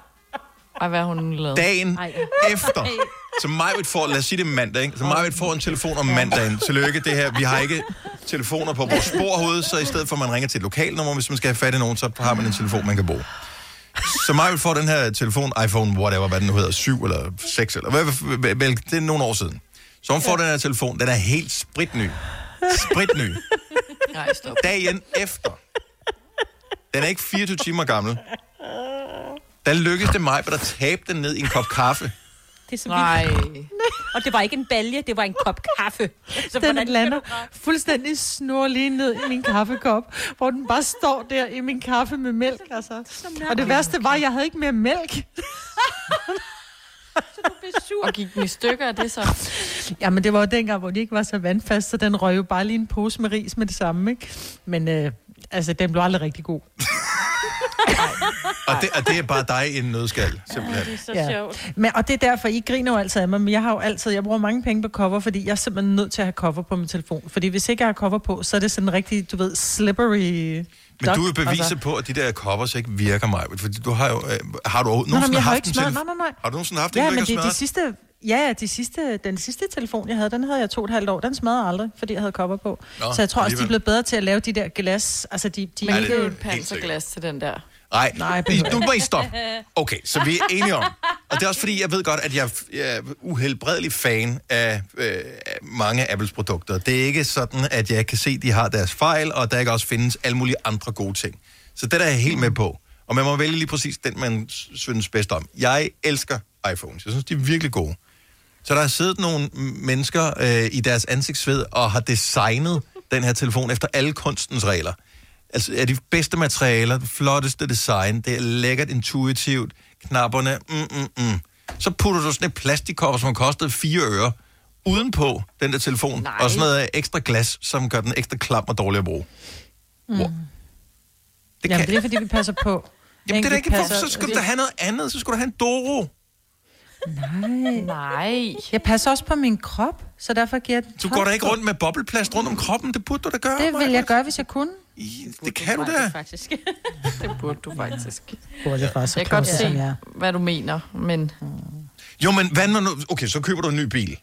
[SPEAKER 4] Ej, hvad har hun nu lavet?
[SPEAKER 1] Dagen
[SPEAKER 4] Ej.
[SPEAKER 1] efter. Så Majvit får, lad os sige det er mandag, ikke? Så Majvit får en telefon om mandagen. Tillykke, det her. Vi har ikke telefoner på vores sporhoved, så i stedet for, at man ringer til et lokalnummer, hvis man skal have fat i nogen, så har man en telefon, man kan bruge. Så Majvit får den her telefon, iPhone, whatever, hvad den nu hedder, 7 eller 6, eller hvad, hvad- hvad, hvad- det er nogle år siden. Så hun får den her telefon, den er helt spritny. Spritny.
[SPEAKER 4] Nej, stop.
[SPEAKER 1] Dagen efter. Den er ikke 24 timer gammel. Der lykkedes det mig, at tabe den ned i en kop kaffe.
[SPEAKER 3] Det er så
[SPEAKER 4] Nej.
[SPEAKER 3] Og det var ikke en balje, det var en kop kaffe. Så
[SPEAKER 5] den lander fuldstændig snor lige ned i min kaffekop, hvor den bare står der i min kaffe med mælk, altså. Og det værste var, at jeg havde ikke mere mælk.
[SPEAKER 4] Og gik den i stykker af det så?
[SPEAKER 5] Jamen, det var jo dengang, hvor de ikke var så vandfast, så den røg jo bare lige en pose med ris med det samme, ikke? Men øh, altså, den blev aldrig rigtig god.
[SPEAKER 1] Og det, og det er bare dig i en nødskal, simpelthen.
[SPEAKER 5] Men, og det er derfor, I griner jo altid af mig, men jeg har jo altid, jeg bruger mange penge på cover, fordi jeg er simpelthen nødt til at have cover på min telefon. Fordi hvis ikke jeg har cover på, så er det sådan en rigtig, du ved, slippery
[SPEAKER 1] Men du er
[SPEAKER 5] duck, altså.
[SPEAKER 1] beviset på, at de der covers ikke virker mig. Fordi du har jo... Øh, har du
[SPEAKER 5] Nå,
[SPEAKER 1] nogensinde
[SPEAKER 5] men jeg har jo
[SPEAKER 1] haft
[SPEAKER 5] ikke
[SPEAKER 1] en
[SPEAKER 5] smadret,
[SPEAKER 1] telefon?
[SPEAKER 5] nej, nej, nej.
[SPEAKER 1] Har du nogensinde haft en,
[SPEAKER 5] Ja,
[SPEAKER 1] du
[SPEAKER 5] men
[SPEAKER 1] ikke
[SPEAKER 5] det er
[SPEAKER 1] har
[SPEAKER 5] de
[SPEAKER 1] smadret?
[SPEAKER 5] sidste Ja, ja, de sidste, den sidste telefon, jeg havde, den havde jeg to og et halvt år. Den smadrede aldrig, fordi jeg havde kopper på.
[SPEAKER 1] Nå,
[SPEAKER 5] Nå, så jeg tror også, de
[SPEAKER 1] alligevel.
[SPEAKER 5] er blevet bedre til at lave de der glas. Altså, de, de
[SPEAKER 1] Men Ja, ikke det er et helt panserglas
[SPEAKER 5] til den der.
[SPEAKER 1] Nej,
[SPEAKER 5] Nej,
[SPEAKER 1] Nej
[SPEAKER 5] behøver
[SPEAKER 1] du må
[SPEAKER 5] jeg
[SPEAKER 1] ikke stoppe. Okay, så vi er enige om. Og det er også fordi, jeg ved godt, at jeg jeg er uheldbredelig fan af øh, af mange Apples produkter. Det er ikke sådan, at jeg kan se, at de har deres fejl, og der ikke også findes alle mulige andre gode ting. Så det der er jeg helt med på. Og man må vælge lige præcis den, man s- synes bedst om. Jeg elsker iPhones. Jeg synes, de er virkelig gode. Så der har siddet nogle m- mennesker øh, i deres ansigtsved og har designet den her telefon efter alle kunstens regler. Altså er de bedste materialer, det flotteste design, det er lækkert intuitivt, knapperne, mm, mm, mm. Så putter du sådan et plastikkopper, som kostede 4 øre, udenpå den der telefon, Nej. og sådan noget øh, ekstra glas, som gør den ekstra klam og dårlig at bruge.
[SPEAKER 5] Mm.
[SPEAKER 1] Wow.
[SPEAKER 5] Det, Jamen, det er fordi, vi passer på.
[SPEAKER 1] Jamen, det er da
[SPEAKER 5] Vi
[SPEAKER 1] ikke, hvorfor,
[SPEAKER 5] passer-
[SPEAKER 1] så skulle du da have noget andet, så skulle du have en Doro.
[SPEAKER 5] Nej. Nej. Jeg passer også på min krop, så derfor giver jeg den
[SPEAKER 1] Du går da ikke rundt med bobleplast rundt om kroppen, det burde du da gøre.
[SPEAKER 5] Det
[SPEAKER 1] Maja.
[SPEAKER 5] ville jeg gøre, hvis jeg kunne.
[SPEAKER 1] Det kan du da.
[SPEAKER 4] faktisk.
[SPEAKER 5] Mm.
[SPEAKER 4] det burde du faktisk.
[SPEAKER 5] Burde jeg faktisk
[SPEAKER 4] Jeg kan godt
[SPEAKER 5] klodset, som jeg
[SPEAKER 4] se,
[SPEAKER 5] er.
[SPEAKER 4] hvad du mener, men...
[SPEAKER 1] Jo, men hvad når nu... Okay, så køber du en ny bil.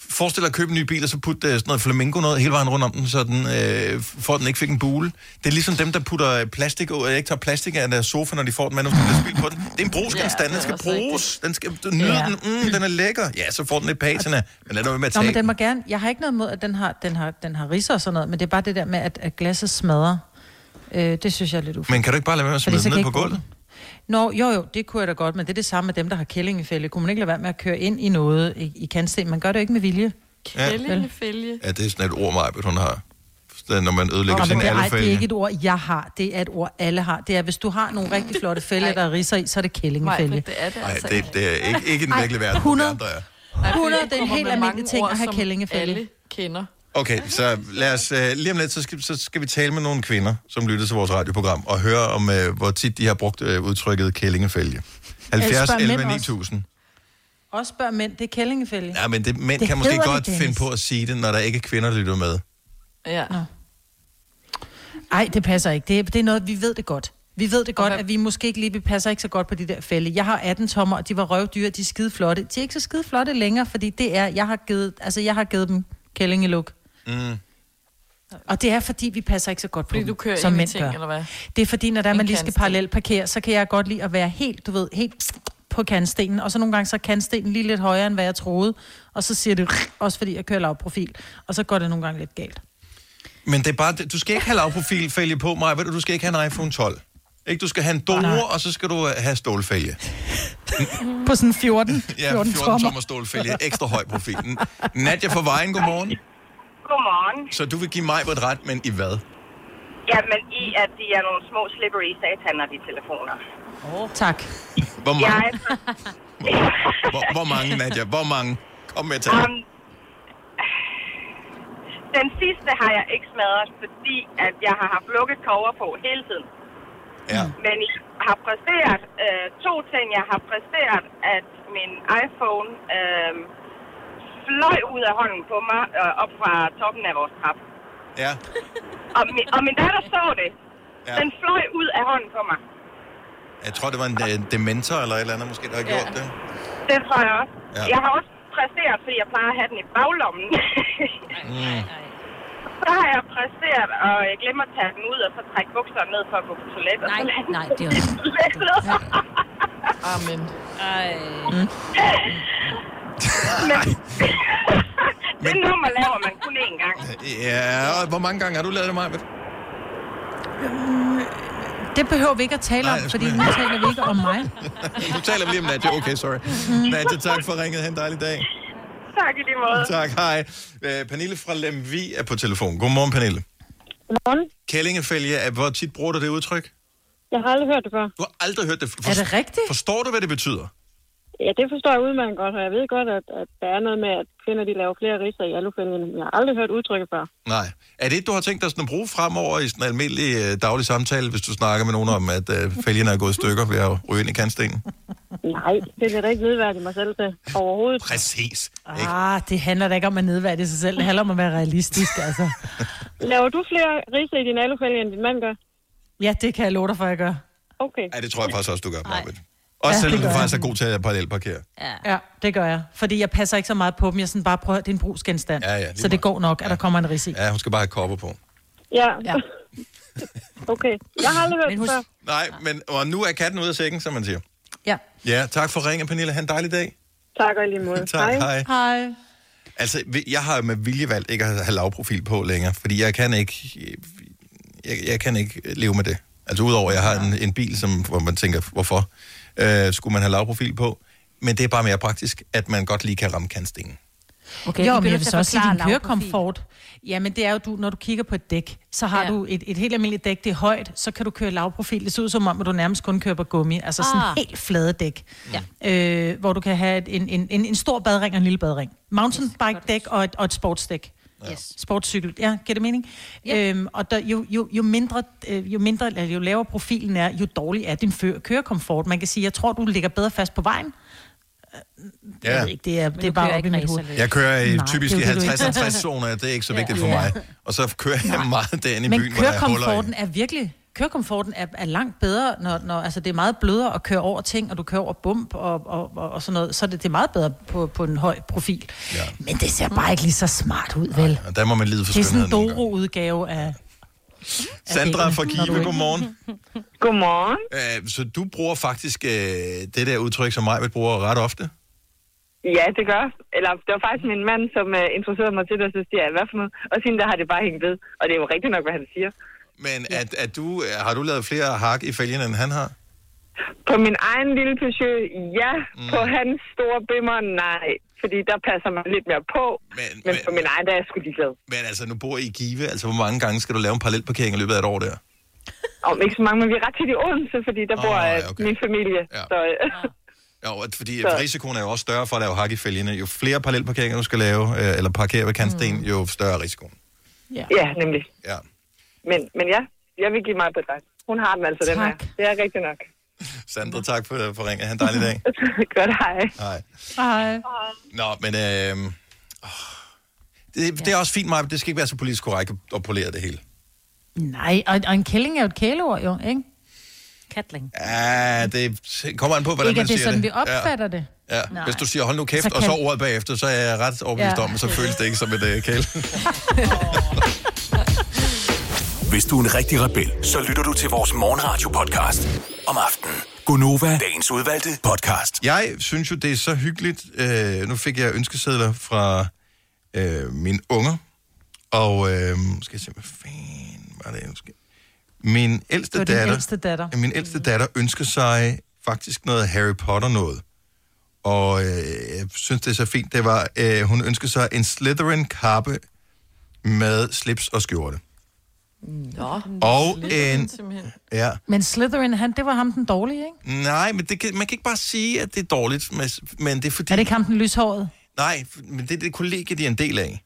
[SPEAKER 1] Forestil dig at købe en ny bil, og så putte øh, sådan noget flamingo noget hele vejen rundt om den, så den, øh, for at den ikke fik en bule. Det er ligesom dem, der putter øh, plastik ud, og ikke tager plastik af deres sofa, når de får den, men nu bliver spildt på den. Det er en brugsgenstand,
[SPEAKER 5] Ja,
[SPEAKER 1] den
[SPEAKER 5] det er
[SPEAKER 1] skal
[SPEAKER 5] også rigtigt.
[SPEAKER 1] bruges. Den skal du nyde
[SPEAKER 5] Ja.
[SPEAKER 1] den. Mm, den er lækker. Ja, så får den lidt patina, men lad nu være med at
[SPEAKER 5] Nå,
[SPEAKER 1] tage
[SPEAKER 5] men
[SPEAKER 1] den.
[SPEAKER 5] den må gerne... Jeg har ikke noget imod, at den har, den har, den har ridser og sådan noget, men det er bare det der med, at, at glasset smadrer. Øh, det synes jeg er lidt ufærdigt.
[SPEAKER 1] Men kan du ikke bare lade være med at
[SPEAKER 5] Fordi
[SPEAKER 1] smide
[SPEAKER 5] så
[SPEAKER 1] den
[SPEAKER 5] kan
[SPEAKER 1] ned
[SPEAKER 5] jeg
[SPEAKER 1] på
[SPEAKER 5] ikke bruge
[SPEAKER 1] gulvet?
[SPEAKER 5] Nå, jo, jo, det kunne jeg da godt, men det er det samme med dem, der har kællingefælde. Kunne man ikke lade være med at køre ind i noget i, i kantsten? Man gør det jo ikke med vilje.
[SPEAKER 1] Ja.
[SPEAKER 5] Kællingefælde?
[SPEAKER 1] Ja, det er sådan et ord, Maja, hun har. Så Når man ødelægger
[SPEAKER 5] Nå,
[SPEAKER 1] sin
[SPEAKER 5] men det, ej, det er
[SPEAKER 1] alfælge.
[SPEAKER 5] ikke et ord, jeg har. Det er et ord, alle har. Det er, hvis du har nogle rigtig flotte fælge, der er ridser i, så er det kællingefælge.
[SPEAKER 4] er det altså
[SPEAKER 1] Nej, det, det er ikke, ikke i den
[SPEAKER 5] Ej,
[SPEAKER 1] virkelige verden,
[SPEAKER 5] 100.
[SPEAKER 1] hvor de andre er.
[SPEAKER 4] Nej, fordi
[SPEAKER 5] 100,
[SPEAKER 4] det
[SPEAKER 5] det er en
[SPEAKER 4] kommer
[SPEAKER 5] helt
[SPEAKER 4] med
[SPEAKER 5] almindelig
[SPEAKER 4] mange
[SPEAKER 5] ting
[SPEAKER 4] ord,
[SPEAKER 5] at have
[SPEAKER 4] som
[SPEAKER 5] kællingefælde.
[SPEAKER 4] alle kender.
[SPEAKER 1] Okay, så lad os øh, lige om lidt, så skal, så skal vi tale med nogle kvinder, som lytter til vores radioprogram, og høre om, øh, hvor tit de har brugt øh, udtrykket kællingefælge. 70
[SPEAKER 5] spørger
[SPEAKER 1] 11
[SPEAKER 5] mænd også.
[SPEAKER 1] 9000.
[SPEAKER 5] Også spørg mænd, det er kællingefælde.
[SPEAKER 1] Ja, men det, mænd
[SPEAKER 5] Det
[SPEAKER 1] det kan måske
[SPEAKER 5] hedder det,
[SPEAKER 1] godt
[SPEAKER 5] Dennis.
[SPEAKER 1] finde på at sige det, når der ikke er kvinder, der lytter med.
[SPEAKER 4] Ja.
[SPEAKER 5] Nej, det passer ikke. Det er, det er noget, vi ved det godt. Vi ved det godt, at vi måske ikke lige vi passer ikke så godt på de der fælde. Jeg har 18 tommer, og de var røvdyre, de er skide flotte. De er ikke så skide flotte længere, fordi det er, jeg har givet, altså jeg har givet dem kællingeluk.
[SPEAKER 1] Mm.
[SPEAKER 5] Og det er, fordi vi passer ikke så godt på
[SPEAKER 4] Fordi
[SPEAKER 5] dem,
[SPEAKER 4] du kører
[SPEAKER 5] som
[SPEAKER 4] ind i
[SPEAKER 5] mænd
[SPEAKER 4] ting,
[SPEAKER 5] gør.
[SPEAKER 4] eller hvad?
[SPEAKER 5] Det er fordi, når der
[SPEAKER 4] En
[SPEAKER 5] man lige skal
[SPEAKER 4] kantsten.
[SPEAKER 5] parallelt parkere, så kan jeg godt lide at være helt, du ved, helt på kantstenen, og så nogle gange så er kantstenen lige lidt højere, end hvad jeg troede, og så siger det, også fordi jeg kører lav profil, og så går det nogle gange lidt galt.
[SPEAKER 1] Men det er bare, det- du skal ikke have lavprofilfælge på mig, ved du, du skal ikke have en iPhone 12. Ikke? Du skal have en Doro, og så skal du øh, have stålfælge.
[SPEAKER 5] På sådan 14, 14,
[SPEAKER 1] Ja, 14
[SPEAKER 5] tommer.
[SPEAKER 1] tommer stålfælge, ekstra høj profil. N- Nadja fra Vejen, godmorgen.
[SPEAKER 21] Godmorgen.
[SPEAKER 1] Så du vil give mig et ret, men i hvad?
[SPEAKER 21] Jamen i, at de er nogle små slippery sataner, de telefoner.
[SPEAKER 5] Oh. Tak.
[SPEAKER 1] Hvor mange?
[SPEAKER 21] Jeg,
[SPEAKER 1] Hvor, hvor mange, Nadia? Hvor mange? Kom med til.
[SPEAKER 21] um, den sidste har jeg ikke smadret, fordi at jeg har haft lukket cover på hele tiden.
[SPEAKER 1] Ja.
[SPEAKER 21] Men jeg har præsteret øh, to ting. Jeg har præsteret, at min iPhone øh, fløj ud af hånden på mig øh, op fra toppen af vores trappe.
[SPEAKER 1] Ja.
[SPEAKER 21] Og min, og min datter så det.
[SPEAKER 1] Ja.
[SPEAKER 21] Ja. Den fløj ud af hånden på mig.
[SPEAKER 1] Jeg tror, det var en øh, dementor eller et eller andet, måske, der har gjort det.
[SPEAKER 21] Det tror jeg også.
[SPEAKER 1] Ja.
[SPEAKER 21] Ja. Jeg har også præsteret, fordi jeg plejer at have den i baglommen.
[SPEAKER 1] Mm.
[SPEAKER 21] så har jeg præsteret, og jeg glemmer at tage den ud, og så trække bukserne ned for at gå på toilettet. Nej, nej, det er også...
[SPEAKER 4] Amen.
[SPEAKER 22] Ej.
[SPEAKER 21] Men... det nummer laver man kun én gang.
[SPEAKER 1] Ja, og hvor mange gange har du lavet det, Maja?
[SPEAKER 5] Det behøver vi ikke at tale om, fordi nu taler vi ikke om mig.
[SPEAKER 1] Nu taler vi lige om Nadia. Okay, sorry. Nadia, tak for ringet. Ha' en dejlig dag.
[SPEAKER 21] Tak i lige måde.
[SPEAKER 1] Tak, hej. Øh, Pernille fra Lemvi er på telefon. Godmorgen, Pernille.
[SPEAKER 23] Godmorgen.
[SPEAKER 1] Kællingefælge, er- hvor tit bruger du det udtryk?
[SPEAKER 23] Jeg har aldrig hørt det før.
[SPEAKER 1] Du har aldrig hørt det. For,
[SPEAKER 23] Er det rigtigt?
[SPEAKER 1] Forstår du, hvad det betyder?
[SPEAKER 23] Ja, det forstår jeg udmærket godt, og jeg ved godt, at, at der er noget med, at kvinder de laver flere ridser i alufælgen, men jeg har aldrig hørt udtrykket før.
[SPEAKER 1] Nej. Er det et, du har tænkt dig sådan at bruge fremover i sådan en almindelig øh, daglig samtale, hvis du snakker med nogen om, at øh, fælgene er gået i stykker ved at ryge ind i kantstenen?
[SPEAKER 23] Nej, det vil jeg da ikke nedværdige mig selv til overhovedet.
[SPEAKER 1] Præcis.
[SPEAKER 5] Ah, det handler da ikke om at nedværdige sig selv. Det handler om at være realistisk, altså.
[SPEAKER 23] Laver du flere ridser i din alufælge, end din mand gør?
[SPEAKER 5] Ja, det kan jeg love dig for, at jeg gør.
[SPEAKER 23] Okay.
[SPEAKER 1] Ja, det tror jeg faktisk også, du gør, Marvind. Også
[SPEAKER 5] Ja,
[SPEAKER 1] ja, selvom
[SPEAKER 5] det
[SPEAKER 1] du
[SPEAKER 5] gør
[SPEAKER 1] faktisk er god til at parallelparkere.
[SPEAKER 5] Ja. ja, det gør jeg. Fordi jeg passer ikke så meget på dem. Jeg sådan bare prøver, det er en brugsgenstand.
[SPEAKER 1] Ja, ja, lige
[SPEAKER 5] så det går nok, at der kommer en risi.
[SPEAKER 1] Ja, hun skal bare have kopper på.
[SPEAKER 24] Ja. ja. okay. Jeg har aldrig hørt
[SPEAKER 5] Men
[SPEAKER 24] det
[SPEAKER 5] hus-
[SPEAKER 24] før.
[SPEAKER 1] Nej, men og nu er katten ude af sækken, som man siger.
[SPEAKER 5] Ja.
[SPEAKER 1] Ja, tak for ringen, Pernille. Ha' en dejlig dag.
[SPEAKER 24] Tak og i lige måde.
[SPEAKER 1] Tak, hej.
[SPEAKER 5] Hej.
[SPEAKER 1] Altså, vi- jeg har med vilje valgt ikke at have lavprofil på længere, fordi jeg kan ikke, jeg, jeg kan ikke leve med det. Altså, udover at jeg har en, en bil, som, hvor man tænker, hvorfor øh, skulle man have lavprofil på? Men det er bare mere praktisk, at man godt lige kan ramme kantstenen.
[SPEAKER 5] Okay, jo, men jeg vil så også sige, din
[SPEAKER 2] lavprofil.
[SPEAKER 5] kørekomfort. Jamen, det er jo, du, når du kigger på et dæk, så har ja. du et, et helt almindeligt dæk, det er højt, så kan du køre lavprofil. Det ser ud som om, at du nærmest kun kører på gummi. Altså sådan
[SPEAKER 2] Ah.
[SPEAKER 5] ah. helt flade dæk. Ja. Øh, hvor du kan have et, en, en, en, en stor badring og en lille badring. Mountainbike-dæk og et, og et sportsdæk.
[SPEAKER 2] Yes.
[SPEAKER 5] Sportscykel, ja, giver det mening? Ja. Øhm, og der, jo, jo, jo, mindre, øh, jo, mindre, eller jo lavere profilen er, jo dårlig er din fø- kørekomfort. Man kan sige, jeg tror, du ligger bedre fast på vejen.
[SPEAKER 1] Ja. Jeg,
[SPEAKER 5] ved ikke, det er, det er bare oppe i mit hoved.
[SPEAKER 1] jeg kører i
[SPEAKER 5] Nej,
[SPEAKER 1] typisk i
[SPEAKER 5] det er jo det, du ikke-
[SPEAKER 1] 50-60 zoner, det er ikke så vigtigt for
[SPEAKER 5] Ja.
[SPEAKER 1] mig. Og så kører jeg meget derinde i byen,
[SPEAKER 5] Men
[SPEAKER 1] hvor der er huller i.
[SPEAKER 5] kørekomforten er virkelig... Kørekomforten er, er langt bedre, når, når altså det er meget blødere at køre over ting, og du kører over bump og, og, og, og sådan noget, så er det, det er meget bedre på, på en høj profil. Ja. Men det ser bare ikke lige så smart ud, vel?
[SPEAKER 1] Og der må man lide for
[SPEAKER 5] Det er sådan en
[SPEAKER 1] skønheden. nogle
[SPEAKER 5] Doro-udgave af...
[SPEAKER 1] gange. Sandra fra
[SPEAKER 5] Når du Mhm.
[SPEAKER 1] Kive,
[SPEAKER 5] ikke-
[SPEAKER 1] godmorgen.
[SPEAKER 24] Godmorgen.
[SPEAKER 1] Øh, så du bruger faktisk øh, det der udtryk, som mig bruger ret ofte?
[SPEAKER 24] Ja, det gør. Eller det var faktisk min mand, som uh, introducerede mig til det, og så siger jeg, hvad for noget? Og siden der har det bare hængt ved. Og det er jo rigtigt nok, hvad han siger.
[SPEAKER 1] Men at, at du, øh, har du lavet flere hak i fælgen, end han har?
[SPEAKER 24] På min egen lille Peugeot, ja. Mm. På hans store bimmer, nej. Fordi der passer man lidt mere på. Men, men, men på min egen, der er jeg sgu ligeglad.
[SPEAKER 1] Men altså, nu bor I i Give. Altså, hvor mange gange skal du lave en parallelparkering i løbet af et år der?
[SPEAKER 24] Om ikke så mange, men vi er ret tit i Odense, fordi der oh, bor øh, min familie. Ja. Så, øh,
[SPEAKER 1] Jo, at- fordi så. risikoen er jo også større for at lave hak i fælgene. Jo flere parallelparkeringer du skal lave, øh, eller parkere ved kantsten, mm. jo større er risikoen.
[SPEAKER 24] ja. ja, nemlig.
[SPEAKER 1] Ja.
[SPEAKER 24] Men, men ja, jeg vil give mig på dig. Hun har den altså, den her. Det er rigtigt nok.
[SPEAKER 1] Sandra, tak for, for ringen. Ha' en dejlig dag.
[SPEAKER 24] Godt, hej.
[SPEAKER 1] Hej.
[SPEAKER 5] Hej.
[SPEAKER 1] Nå, men øh, åh, det, det er også fint, Maja. Det skal ikke være så politisk korrekt at polere det hele.
[SPEAKER 5] Nej, og, og en kælling er jo et kæleord, jo, ikke?
[SPEAKER 3] Katling.
[SPEAKER 1] Ja, det kommer an på, hvordan
[SPEAKER 5] ikke,
[SPEAKER 1] man
[SPEAKER 5] at det
[SPEAKER 1] siger
[SPEAKER 5] er sådan,
[SPEAKER 1] det.
[SPEAKER 5] vi opfatter det.
[SPEAKER 1] Ja. Ja.
[SPEAKER 5] Nej.
[SPEAKER 1] Hvis du siger, hold nu kæft,
[SPEAKER 5] Så
[SPEAKER 1] så
[SPEAKER 5] kan-
[SPEAKER 1] og så ordet bagefter, så er jeg ret overbevist
[SPEAKER 5] Ja.
[SPEAKER 1] ja. om, at så føles det ikke som et øh, kæle.
[SPEAKER 20] Hvis du er en rigtig rebel, så lytter du til vores morgenradio-podcast om aftenen. Gunova, dagens udvalgte podcast.
[SPEAKER 1] Jeg synes jo, det er så hyggeligt. Øh, nu fik jeg ønskesedler fra øh, mine unger. Og øh, skal jeg se, hvad fanden var det, jeg ønskede? Min ældste
[SPEAKER 5] Det var din
[SPEAKER 1] datter,
[SPEAKER 5] ældste datter.
[SPEAKER 1] Ja, Min ældste datter ønsker sig faktisk noget Harry Potter noget. Og øh, jeg synes, det er så fint. Det var, øh, hun ønskede sig en Slytherin-kappe med slips og skjorte.
[SPEAKER 5] Nå.
[SPEAKER 1] Og en... Ja.
[SPEAKER 5] Men Slytherin, han, det var ham den dårlige, ikke?
[SPEAKER 1] Nej, men det kan, man kan ikke bare sige, at det er dårligt, men, men det er fordi...
[SPEAKER 5] Er det ikke ham den lyshårede?
[SPEAKER 1] Nej, f- men det er det kollegie, de er en del af.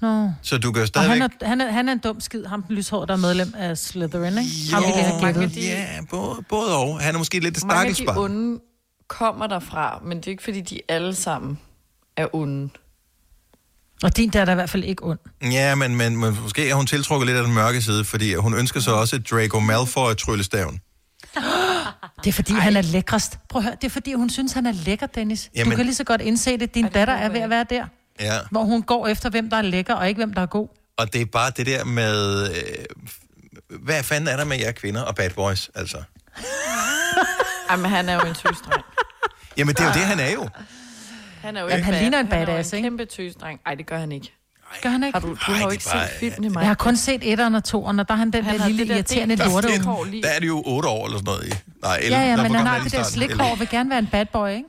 [SPEAKER 5] Nå.
[SPEAKER 1] Så du gør
[SPEAKER 5] Og
[SPEAKER 1] stadigvæk...
[SPEAKER 5] han er, han, er, han er en dum skid, ham den lyshårede, der er medlem af Slytherin, ikke?
[SPEAKER 1] Jo,
[SPEAKER 5] ham, vi lige har
[SPEAKER 1] mange
[SPEAKER 5] gættet.
[SPEAKER 1] af de- ja, både, både og. Han er måske lidt et
[SPEAKER 4] Mange af de
[SPEAKER 1] stakkelsbarn.
[SPEAKER 4] onde kommer derfra, men det er ikke, fordi de alle sammen er onde.
[SPEAKER 5] Og din datter er i hvert fald ikke ond.
[SPEAKER 1] Ja, men, men, men måske er hun tiltrukket lidt af den mørke side, fordi hun ønsker sig også et Draco Malfoy-tryllestaven.
[SPEAKER 5] Det er fordi, Ej. han er lækrest. Prøv at høre, det er fordi, hun synes, han er lækker, Dennis. Jamen. Du
[SPEAKER 1] Jamen-
[SPEAKER 5] kan lige så godt indse det. Din datter er ved at være der,
[SPEAKER 1] Ja,
[SPEAKER 5] hvor hun går efter, hvem der er lækker, og ikke hvem der er god.
[SPEAKER 1] og det er bare det der med... Øh, f- hvad fanden er der med jer kvinder og bad boys, altså?
[SPEAKER 4] Jamen, han er jo en tøsdreng.
[SPEAKER 1] Jamen, det er jo det, han er jo.
[SPEAKER 4] Han er jo
[SPEAKER 5] Jamen,
[SPEAKER 4] ikke
[SPEAKER 5] han
[SPEAKER 4] bad.
[SPEAKER 5] ligner en
[SPEAKER 4] han
[SPEAKER 5] badass,
[SPEAKER 4] er jo en kæmpe tøsdreng. Nej, det gør han ikke.
[SPEAKER 5] Gør han ikke?
[SPEAKER 4] Har du, du har jo ikke set filmen i mig.
[SPEAKER 5] Jeg har kun set etteren og toeren, og der er han den
[SPEAKER 4] Han
[SPEAKER 5] han der
[SPEAKER 4] har
[SPEAKER 5] lille
[SPEAKER 4] det der
[SPEAKER 5] irriterende
[SPEAKER 4] del-
[SPEAKER 5] lorte.
[SPEAKER 4] der-
[SPEAKER 1] Der, der er det jo otte år eller sådan noget i. Nej, 11.
[SPEAKER 5] Ja, ja,
[SPEAKER 1] Nå,
[SPEAKER 5] men
[SPEAKER 1] hvor
[SPEAKER 5] han
[SPEAKER 1] gammel
[SPEAKER 5] har
[SPEAKER 1] er
[SPEAKER 5] det
[SPEAKER 1] de i
[SPEAKER 5] der
[SPEAKER 1] starten? 11.
[SPEAKER 5] slikhår, vil gerne være en bad boy, ikke?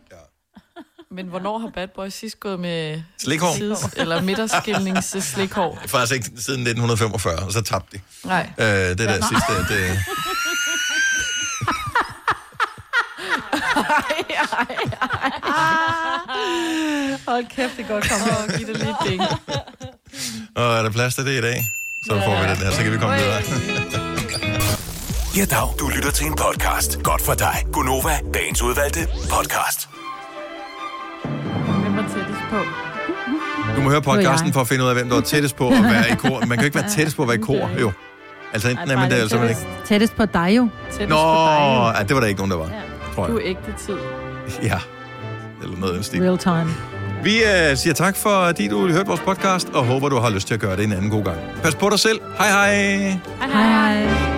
[SPEAKER 4] Men hvornår har Bad Boys sidst gået med...
[SPEAKER 1] Slikhår.
[SPEAKER 4] sides- Eller midterskilningsslikhår?
[SPEAKER 1] Faktisk ikke siden 1945, og så tabte de.
[SPEAKER 4] Nej.
[SPEAKER 1] Øh, det der
[SPEAKER 4] Nå.
[SPEAKER 1] sidste, det,
[SPEAKER 4] Ej, ej, ej. Hold kæft, det er godt komme og give det lige et ding.
[SPEAKER 1] og er der plads til det i dag? Så får vi den her, så kan vi komme videre.
[SPEAKER 20] Ja, dag. Du lytter til en podcast. Godt for dig. Gunova, dagens udvalgte podcast.
[SPEAKER 4] Hvem var tættest på?
[SPEAKER 1] Du må høre podcasten
[SPEAKER 4] jeg.
[SPEAKER 1] for at finde ud af, hvem der er tættest på at være i kor. Man kan jo ikke være tættest på at være i kor, jo. Altså enten er man der, eller så er man ikke.
[SPEAKER 2] Tættest på dig jo.
[SPEAKER 1] Nå, ja, det var der ikke nogen, der var. tror jeg.
[SPEAKER 4] Du er ægte tid.
[SPEAKER 1] Ja, eller noget i den stil.
[SPEAKER 5] Real time.
[SPEAKER 1] Vi øh, siger tak for, at du hørte vores podcast, og håber, du har lyst til at gøre det en anden god gang. Pas på dig selv. Hej hej.
[SPEAKER 5] Hej hej.